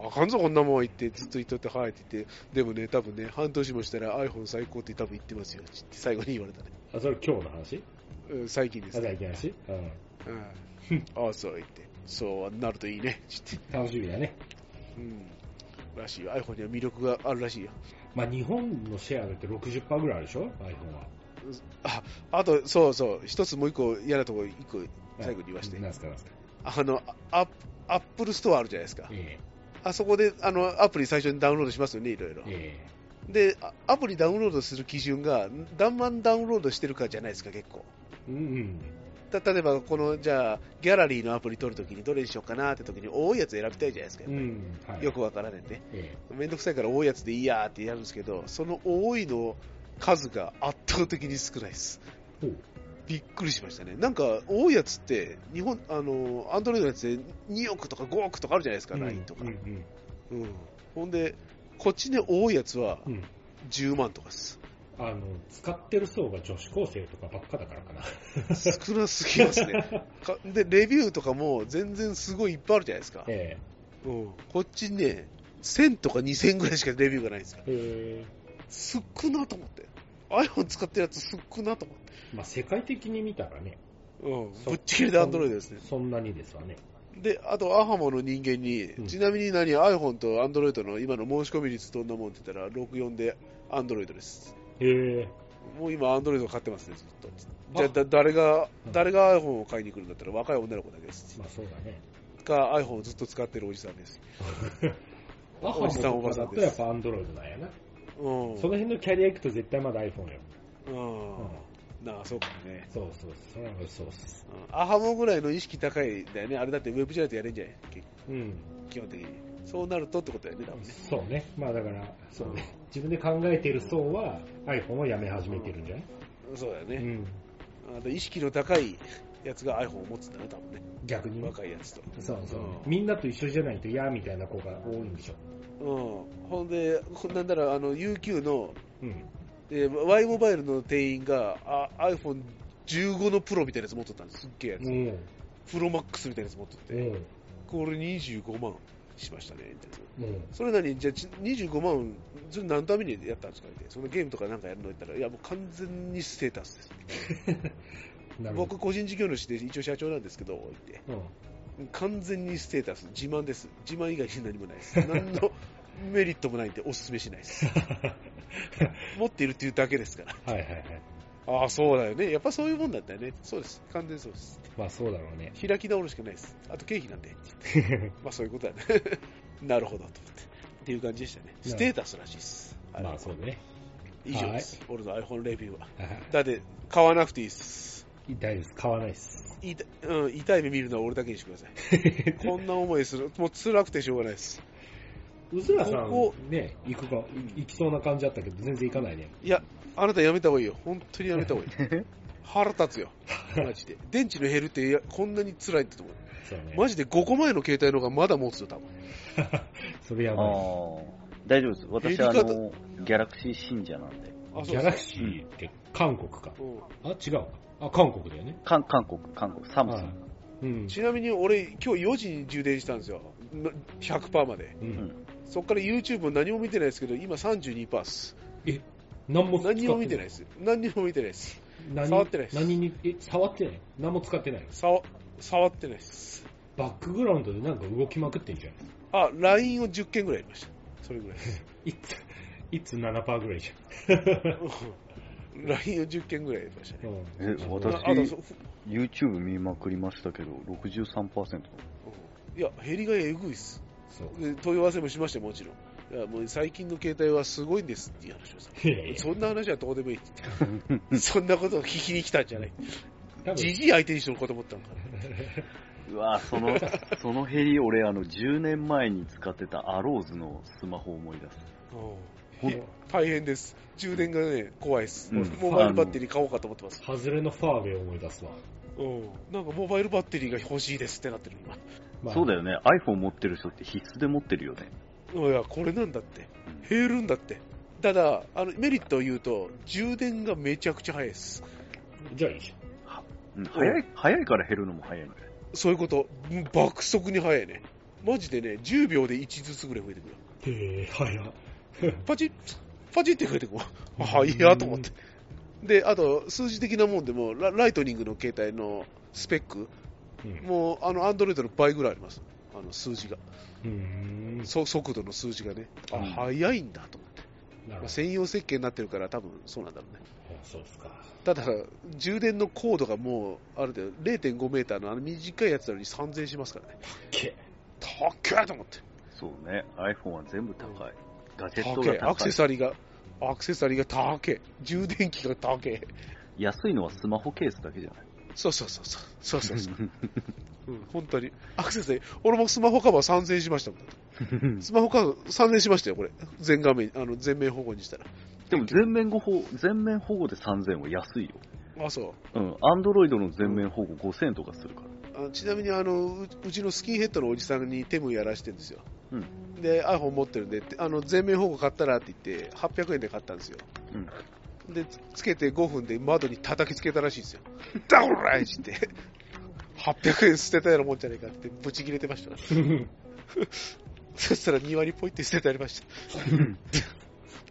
Speaker 1: あかんぞ、こんなもん言って、ずっと言っとって、はいって言って。でもね、多分ね、半年もしたら iPhone 最高って多分言ってますよ、つって最後に言われたね。
Speaker 2: あ、それ今日の話
Speaker 1: うん、最近で
Speaker 2: あ、
Speaker 1: す
Speaker 2: 最
Speaker 1: ね。
Speaker 2: 近の話うん。
Speaker 1: うん。ああ、そう言って。そうなるといいね、つって。
Speaker 2: 楽しみだね。
Speaker 1: うん。らしいよ。iPhone には魅力があるらしいよ。
Speaker 2: まあ、日本のシェアだって60%ぐらいあるでしょ ?iPhone は。
Speaker 1: あ、あと、そうそう、一つもう一個嫌なとこ一個最後に言わして。
Speaker 2: なんすか、なんすか。
Speaker 1: あの、アアップルストアあるじゃないですか。
Speaker 2: え
Speaker 1: あそこで、あの、アプリ最初にダウンロードしますよね、いろいろ
Speaker 2: え。え
Speaker 1: で、あアプリダウンロードする基準が、何万ダウンロードしてるかじゃないですか、結構。
Speaker 2: えうんうん。
Speaker 1: た例えば、この、じゃあ、ギャラリーのアプリ取るときにどれにしようかなってときに、多いやつ選びたいじゃないですか
Speaker 2: う。ん。はい。
Speaker 1: よくわからないんで。
Speaker 2: え
Speaker 1: めんどくさいから多いやつでいいやーってやるんですけど、その多いの数が圧倒的に少ないです。
Speaker 2: えほう。
Speaker 1: びっくりしましたね。なんか、多いやつって、日本、あの、アンドロイドのやつで2億とか5億とかあるじゃないですか、
Speaker 2: うん
Speaker 1: LINE とか
Speaker 2: うん。うん
Speaker 1: うん。ほんで、こっちで多いやつは
Speaker 2: うん
Speaker 1: 10万とかです。
Speaker 2: あの、使ってる層が女子高生とかばっかだからかな。
Speaker 1: 少なすぎます ね。かで、レビューとかも全然すごいいっぱいあるじゃないですか。
Speaker 2: え
Speaker 1: うん。こっちね、1000とか2000ぐらいしかレビューがないんですよ。
Speaker 2: ええ
Speaker 1: 少なと思って。iPhone 使ってるやつ少なと思って。
Speaker 2: えまあ、世界的に見たらね、
Speaker 1: うん。
Speaker 2: そ
Speaker 1: ぶっちぎりでアンドロイドですね。
Speaker 2: そんなにですわね。
Speaker 1: で、あと、アハモの人間に、
Speaker 2: ん
Speaker 1: ちなみに何、iPhone と Android の今の申し込み率どんなもんって言ったら、64で Android です。
Speaker 2: ええ
Speaker 1: もう今、Android を買ってますね、ずっと。
Speaker 2: ま
Speaker 1: じゃあ、だ誰が
Speaker 2: う、ん
Speaker 1: 誰が iPhone を買いに来るんだったら、若い女の子だけです。
Speaker 2: まあそうだね。
Speaker 1: か、iPhone をずっと使ってるおじさんです。おじさんおばさん
Speaker 2: と
Speaker 1: です
Speaker 2: やっぱアンドロイドなんやな。
Speaker 1: うん。
Speaker 2: その辺のキャリア行くと絶対まだ iPhone よ。
Speaker 1: うん
Speaker 2: うん。
Speaker 1: なあ、そうかもね。
Speaker 2: そうそう、それはそうっす。
Speaker 1: うんアハモぐらいの意識高いんだよね。あれだってウェブじゃないとやれんじゃない基
Speaker 2: うん。
Speaker 1: 基本的に。そうなるとってことだよね、多分ね。
Speaker 2: そうね。まあだから、そうね。自分で考えている層は iPhone をやめ始めてるんじゃない
Speaker 1: そうだよ
Speaker 2: う
Speaker 1: ね。
Speaker 2: ん。
Speaker 1: あと意識の高いやつが iPhone を持つんだね、多分ね。
Speaker 2: 逆に。
Speaker 1: 若いやつと。。
Speaker 2: そうそううんみんなと一緒じゃないと嫌みたいな子が多いんでしょ。
Speaker 1: うん、ほんで、こなんならあの UQ の、
Speaker 2: うん。
Speaker 1: えー Y モバイルの店員があ iPhone15 のプロみたいなやつ持っとったんです、すっげえやつ、
Speaker 2: も
Speaker 1: プロマックスみたいなやつ持っとっ
Speaker 2: う、
Speaker 1: て、
Speaker 2: も
Speaker 1: これ25万しましたねみたいな、
Speaker 2: う、もう。
Speaker 1: それなりに、じゃあち25万、それ何のためにやったんですかって、そのゲームとかなんかやるの言ったら、いや、もう完全にステータスです、
Speaker 2: なるほど。
Speaker 1: 僕、個人事業主で一応社長なんですけど、言って、
Speaker 2: うん。
Speaker 1: 完全にステータス、自慢です、自慢以外に何もない です、何のメリットもないんで、おすすめしないです、持っているっていうだけですから。
Speaker 2: はいはいはい。
Speaker 1: ああ、そうだよね。やっぱそういうもんなんだよね。そうです。完全にそうです。
Speaker 2: まあそうだろうね。
Speaker 1: 開き直るしかないです。あと経費なん で。まあそういうことだね。 なるほど、と思って。っていう感じでしたね。ステータスらしいです。はい
Speaker 2: まあそうね。
Speaker 1: 以上です。俺の iPhone レビューは。
Speaker 2: はい
Speaker 1: だって、買わなくていいです。
Speaker 2: 大丈夫です。買わないです。
Speaker 1: 痛いうん、痛い目見るのは俺だけにしてください。こんな思いする。もう辛くてしょうがないです。
Speaker 2: うずらさん
Speaker 1: ここ、
Speaker 2: ね、行くか、行きそうな感じだったけど、全然行かないね。
Speaker 1: いや、あなたやめた方がいいよ。本当にやめた方がい い。腹立つよ。マジで。電池の減るっていやこんなに辛いってと思う。
Speaker 2: そうね。
Speaker 1: マジで5個前の携帯の方がまだ持つよ、多分。
Speaker 2: それや
Speaker 3: あ
Speaker 2: ばい。
Speaker 3: ー大丈夫です。私、あ
Speaker 1: やり方
Speaker 3: の、ギャラクシー信者なんで。
Speaker 1: あ
Speaker 2: ギャラクシーって韓国か。
Speaker 1: うん
Speaker 2: あ、違うか。あ、韓国だよね。
Speaker 3: 韓韓国、韓国、サム
Speaker 2: は
Speaker 3: ス
Speaker 2: い
Speaker 3: ン。。
Speaker 2: うん。
Speaker 1: ちなみに俺、今日4時に充電したんですよ、な100%まで。
Speaker 2: うん。
Speaker 1: そっから YouTube も何も見てないですけど、今32%っす。
Speaker 2: え、何も使って
Speaker 1: 何にも見てないです。何にも見てないです。
Speaker 2: 何
Speaker 1: 触ってないです
Speaker 2: 何に、え、触ってない何も使ってない
Speaker 1: 触触ってないです。
Speaker 2: バックグラウンドでなんか動きまくってんじゃん。
Speaker 1: あ、LINE を10件ぐらいやりました。それぐらいです。
Speaker 2: いつ、いつ7%ぐらいじ
Speaker 1: うん LINE を10件ぐらい やりました
Speaker 2: ゃ
Speaker 1: ね。
Speaker 2: ん。うん
Speaker 3: え私
Speaker 1: ああとそ
Speaker 3: YouTube 見まくりましたけど、63%。
Speaker 1: うんいや、減りがえぐいっす。
Speaker 2: そう。
Speaker 1: で問い合わせもしましたよもちろん。いや、もう最近の携帯はすごいんですっていう話をさ。
Speaker 2: いやいや、
Speaker 1: そんな話はどうでもいいって言 って。そんなことを聞きに来たんじゃない。
Speaker 2: 多分
Speaker 1: じ じい相手にしろること思ったのかな。
Speaker 3: うわその、そのヘリ、俺、あの、10年前に使ってたアローズのスマホを思い出す。
Speaker 1: ほん大変です。充電がね、怖いです。
Speaker 3: うん
Speaker 1: モバイルバッテリー買おうかと思ってます。
Speaker 2: 外れのファーウェイを思い出すわ。
Speaker 1: うんなんかモバイルバッテリーが欲しいですってなってる、
Speaker 2: まあ
Speaker 3: そうだよね、iPhone 持ってる人って必須で持ってるよね。
Speaker 1: 今。いや、これなんだって。減るんだって。ただ、あの、メリットを言うと、充電がめちゃくちゃ早いです。
Speaker 2: じゃあいいじ
Speaker 3: うん、早い、早いから減るのも早いんだよ。
Speaker 1: そういうこと。うん爆速に早いね。マジでね、10秒で1ずつぐらい増えてくる。
Speaker 2: ゃん。へえ、早っ。
Speaker 1: パチッ、パチって増えてくる。はいやと思って。で、あと、数字的なもんでも、ラライトニングの携帯のスペック、
Speaker 2: うん。
Speaker 1: もう、あの、アンドロイドの倍ぐらいあります。あの、数字が。
Speaker 2: うん。
Speaker 1: そ速度の数字がね。あ、
Speaker 3: うん
Speaker 1: 早いんだと思って。
Speaker 2: なる
Speaker 1: ま
Speaker 2: ほ
Speaker 1: あ
Speaker 2: ど。
Speaker 1: 専用設計になってるから、多分そうなんだろうね。
Speaker 2: あそうですか。
Speaker 1: ただ、充電の高度がもう、あれだよ、0.5メーターのあの短いやつなのに3000しますからね。
Speaker 2: け
Speaker 1: たっけーと思って。
Speaker 3: そうね、iPhone は全部高い。ガジェ
Speaker 1: た
Speaker 3: ッ
Speaker 1: っ
Speaker 3: ト
Speaker 1: け
Speaker 3: が
Speaker 1: ーアク
Speaker 3: 高
Speaker 1: セ。
Speaker 3: い
Speaker 1: サリーが、アクセサリーがたっけー充電器がたっけー
Speaker 3: 安いのはスマホケースだけじゃ ない。
Speaker 1: そうそうそうそう。そうそう そう。うん、本当に。アクセサリー、俺もスマホカバー3000円しましたもん。スマホカバー3000円しましたよ、これ。全画面、あの、全面保護にしたら。
Speaker 3: でも全面保護、全面保護で3000は安いよ。
Speaker 1: あ、そう。
Speaker 3: うん、アンドロイドの全面保護5000円とかするから。
Speaker 1: あちなみにあのううちのスキンヘッドのおじさんにテムやらしてるんですよ、
Speaker 3: うん
Speaker 1: で iPhone 持ってるんでてあの全面保護買ったらって言って800円で買ったんですよ、でつつけて5分で窓に叩きつけたらしいんですよダオライジって800円捨てたようなもんじゃねえかってブチ切れてましたそしたら庭にポイって捨ててありました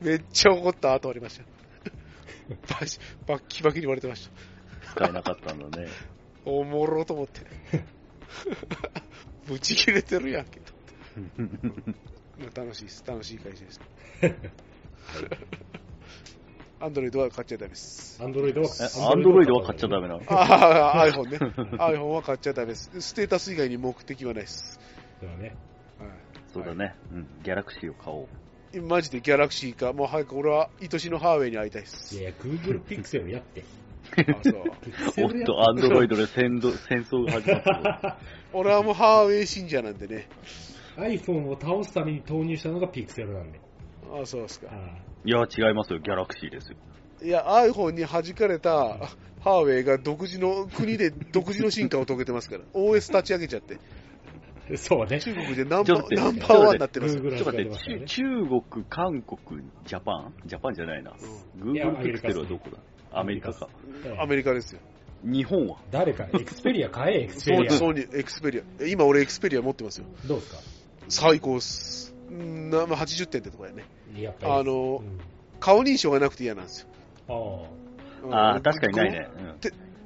Speaker 1: めっちゃ怒った後ありましたバシバッキバキに言われてました
Speaker 3: 使えなかったんだ ね。
Speaker 1: おもろと思って。ぶち切れてるやんけと。まあ楽しいです。楽しい会社です。アンドロイドは買っちゃダメです。
Speaker 2: アンドロイドは
Speaker 3: え、アンドロイドは買っちゃダメなの
Speaker 1: ああ、iPhone ね。iPhone は買っちゃダメです。ステータス以外に目的はないです。
Speaker 2: そうだね。
Speaker 1: はい
Speaker 3: そうだね。うん。ギャラクシーを買おう。
Speaker 1: 今マジでギャラクシーか、もう早く俺は愛しのハーウェイに会いたいで
Speaker 2: い
Speaker 1: す。
Speaker 2: やいや、Google ピクセルやって。
Speaker 1: あそう
Speaker 2: ピクセ
Speaker 3: おっ
Speaker 2: ルや
Speaker 3: と、アンドロイドで戦闘戦争が始まった ぞ。
Speaker 1: 俺はもうハーウェイ信者なんでね。
Speaker 2: iPhone を倒すために投入したのがピクセルなんで。
Speaker 1: あそうですか。
Speaker 2: あ
Speaker 3: いや、違いますよ。ギャラクシーですよ。
Speaker 1: いや、iPhone に弾かれたハーウェイが独自の、国 で独自の進化を遂げてますから。OS 立ち上げちゃって。
Speaker 2: ー そうね。
Speaker 1: 中国でナン
Speaker 3: ち
Speaker 1: バ
Speaker 3: ょっと待って
Speaker 1: ーナンバーワンになってますよ。
Speaker 3: ちょっ
Speaker 2: Google
Speaker 3: と待っ
Speaker 2: が
Speaker 3: て、
Speaker 2: 出ますからね
Speaker 3: ちゅ中国、韓国、ジャパンジャパンじゃないな。グ
Speaker 2: いや
Speaker 3: ー
Speaker 2: ア
Speaker 3: グ
Speaker 2: メ
Speaker 3: ル
Speaker 2: リ
Speaker 3: ピ
Speaker 2: カ
Speaker 3: ク
Speaker 2: ですね
Speaker 3: セルはどこだアメリカか。
Speaker 1: アメリカですよ。
Speaker 3: 日本は
Speaker 2: 誰 か、エクスペリア買え、エクスペ
Speaker 1: ソ
Speaker 2: リ
Speaker 1: ニー、
Speaker 2: ア。
Speaker 1: ソニーエクスペリア。え今俺エクスペリア持ってますよ。
Speaker 2: どうですか
Speaker 1: 最高っす。うんなまあ、80点ってとこやね。
Speaker 2: やっぱり。
Speaker 1: あ
Speaker 2: う
Speaker 1: の、
Speaker 2: ん
Speaker 1: 顔認証がなくて嫌なんですよ。
Speaker 2: あー
Speaker 1: うん
Speaker 3: ああ、確かにない。ね。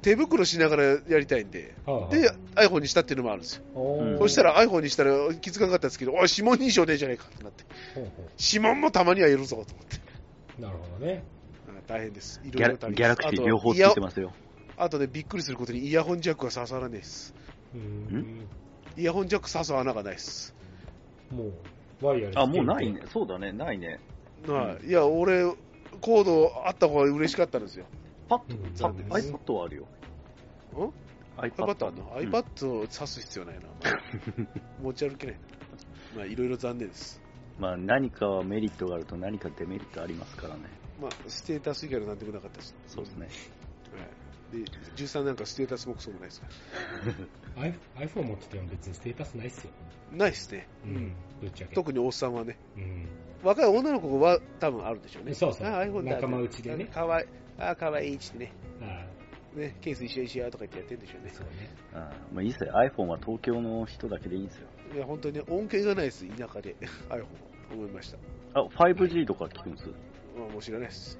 Speaker 1: 手袋しながらやりたいんで。
Speaker 2: あー。
Speaker 1: で、iPhone にしたっていうのもあるんですよ。
Speaker 3: うん
Speaker 1: そした
Speaker 2: ら、
Speaker 1: ら iPhone にしたら気づかなかったんですけど、おい、指紋認証でじゃねえかってなって。
Speaker 2: ほうほ
Speaker 1: 指紋もたまにはいるぞと思って。
Speaker 2: うなるほどね。
Speaker 1: あ大変です。い
Speaker 3: うん、ギャ
Speaker 1: ろいろ
Speaker 3: ラ
Speaker 1: 大変です
Speaker 3: ギャラクシー両方つ
Speaker 1: あと
Speaker 3: いて
Speaker 1: イヤ
Speaker 3: ますよ。
Speaker 1: あとね、びっくりすることにイヤホンジャックは刺さらないです。
Speaker 2: うん。
Speaker 1: イヤホンジャック刺す穴がないです。
Speaker 2: もう、ワイヤレス。
Speaker 3: あ、もうないね。。そうだね、ないね。
Speaker 1: はい、いや、俺、コードあった方が嬉しかったんですよ。
Speaker 3: パッと、
Speaker 2: うん
Speaker 3: パッと、
Speaker 2: 残念
Speaker 3: iPad はあるよ。
Speaker 1: ん iPad あんの
Speaker 3: うん
Speaker 1: ?iPad を挿す必要ないな。 持ち歩けない。まあ、いろいろ残念です。
Speaker 3: まあ、何かはメリットがあると何かデメリットありますからね。
Speaker 1: まあ、ステータス以外のなんでもなかったです。
Speaker 3: そうですね。
Speaker 1: はい。で、13なんかステータスもクソもないですから。
Speaker 2: iPhone- iPhone 持ってても別にステータスないっすよ。
Speaker 1: ないですね。
Speaker 2: うん。ぶっちゃけ。
Speaker 1: 特におっさんはね。
Speaker 2: うん。
Speaker 1: 若い女の子は多分あるんでしょうね。
Speaker 2: そうそう
Speaker 1: あ iPhone だ
Speaker 2: 仲間内でね
Speaker 1: かわいい。ああ、かわいいっつってね。
Speaker 2: あ
Speaker 1: ね、ケース一緒にしようとか言ってやってるんでしょう
Speaker 2: ー
Speaker 1: ね。
Speaker 2: そう ね。
Speaker 3: うんまあ、いいっすよ。iPhone は東京の人だけでいいんですよ。
Speaker 1: いや、本当にね、恩恵がないです。田舎で。iPhone は思いました。
Speaker 3: あ、5G とか聞くんです。
Speaker 1: まあ、もう知らないです。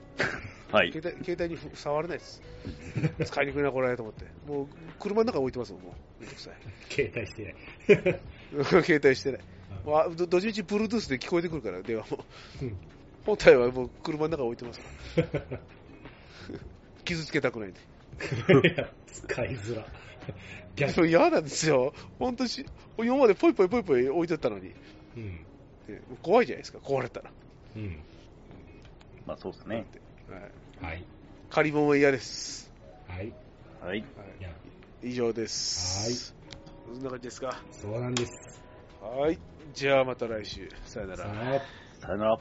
Speaker 3: はい。
Speaker 1: 携帯携帯にふ触れないです。 使いにくいな、これ、と思って。もう、車の中に置いてますもん、もう。めんどくさ
Speaker 2: 携帯してない。
Speaker 1: い。 携帯してない。
Speaker 2: あ
Speaker 1: まあ、どどっちみち Bluetooth で聞こえてくるから、電話も。
Speaker 2: うん
Speaker 1: 本体はもう車の中に置いてますから。傷つけたくないんで。
Speaker 2: いや使い づら。
Speaker 1: で
Speaker 2: 逆
Speaker 1: も嫌なんですよ。本当し、今までポイポイポイポイ置いてったのに。
Speaker 2: うん。
Speaker 1: ね怖いじゃないですか、壊れたら。
Speaker 2: うん。
Speaker 3: まあ、そうですね。
Speaker 1: はい、
Speaker 2: はい。
Speaker 1: 借り物は嫌です。
Speaker 2: はい。
Speaker 3: はい。
Speaker 2: いや、
Speaker 1: 以上です。はい。そんな感じですか。
Speaker 2: そうなんです。
Speaker 1: はい。じゃあまた来週。さよな
Speaker 2: さ
Speaker 1: ら。
Speaker 2: あ。
Speaker 3: さよなら。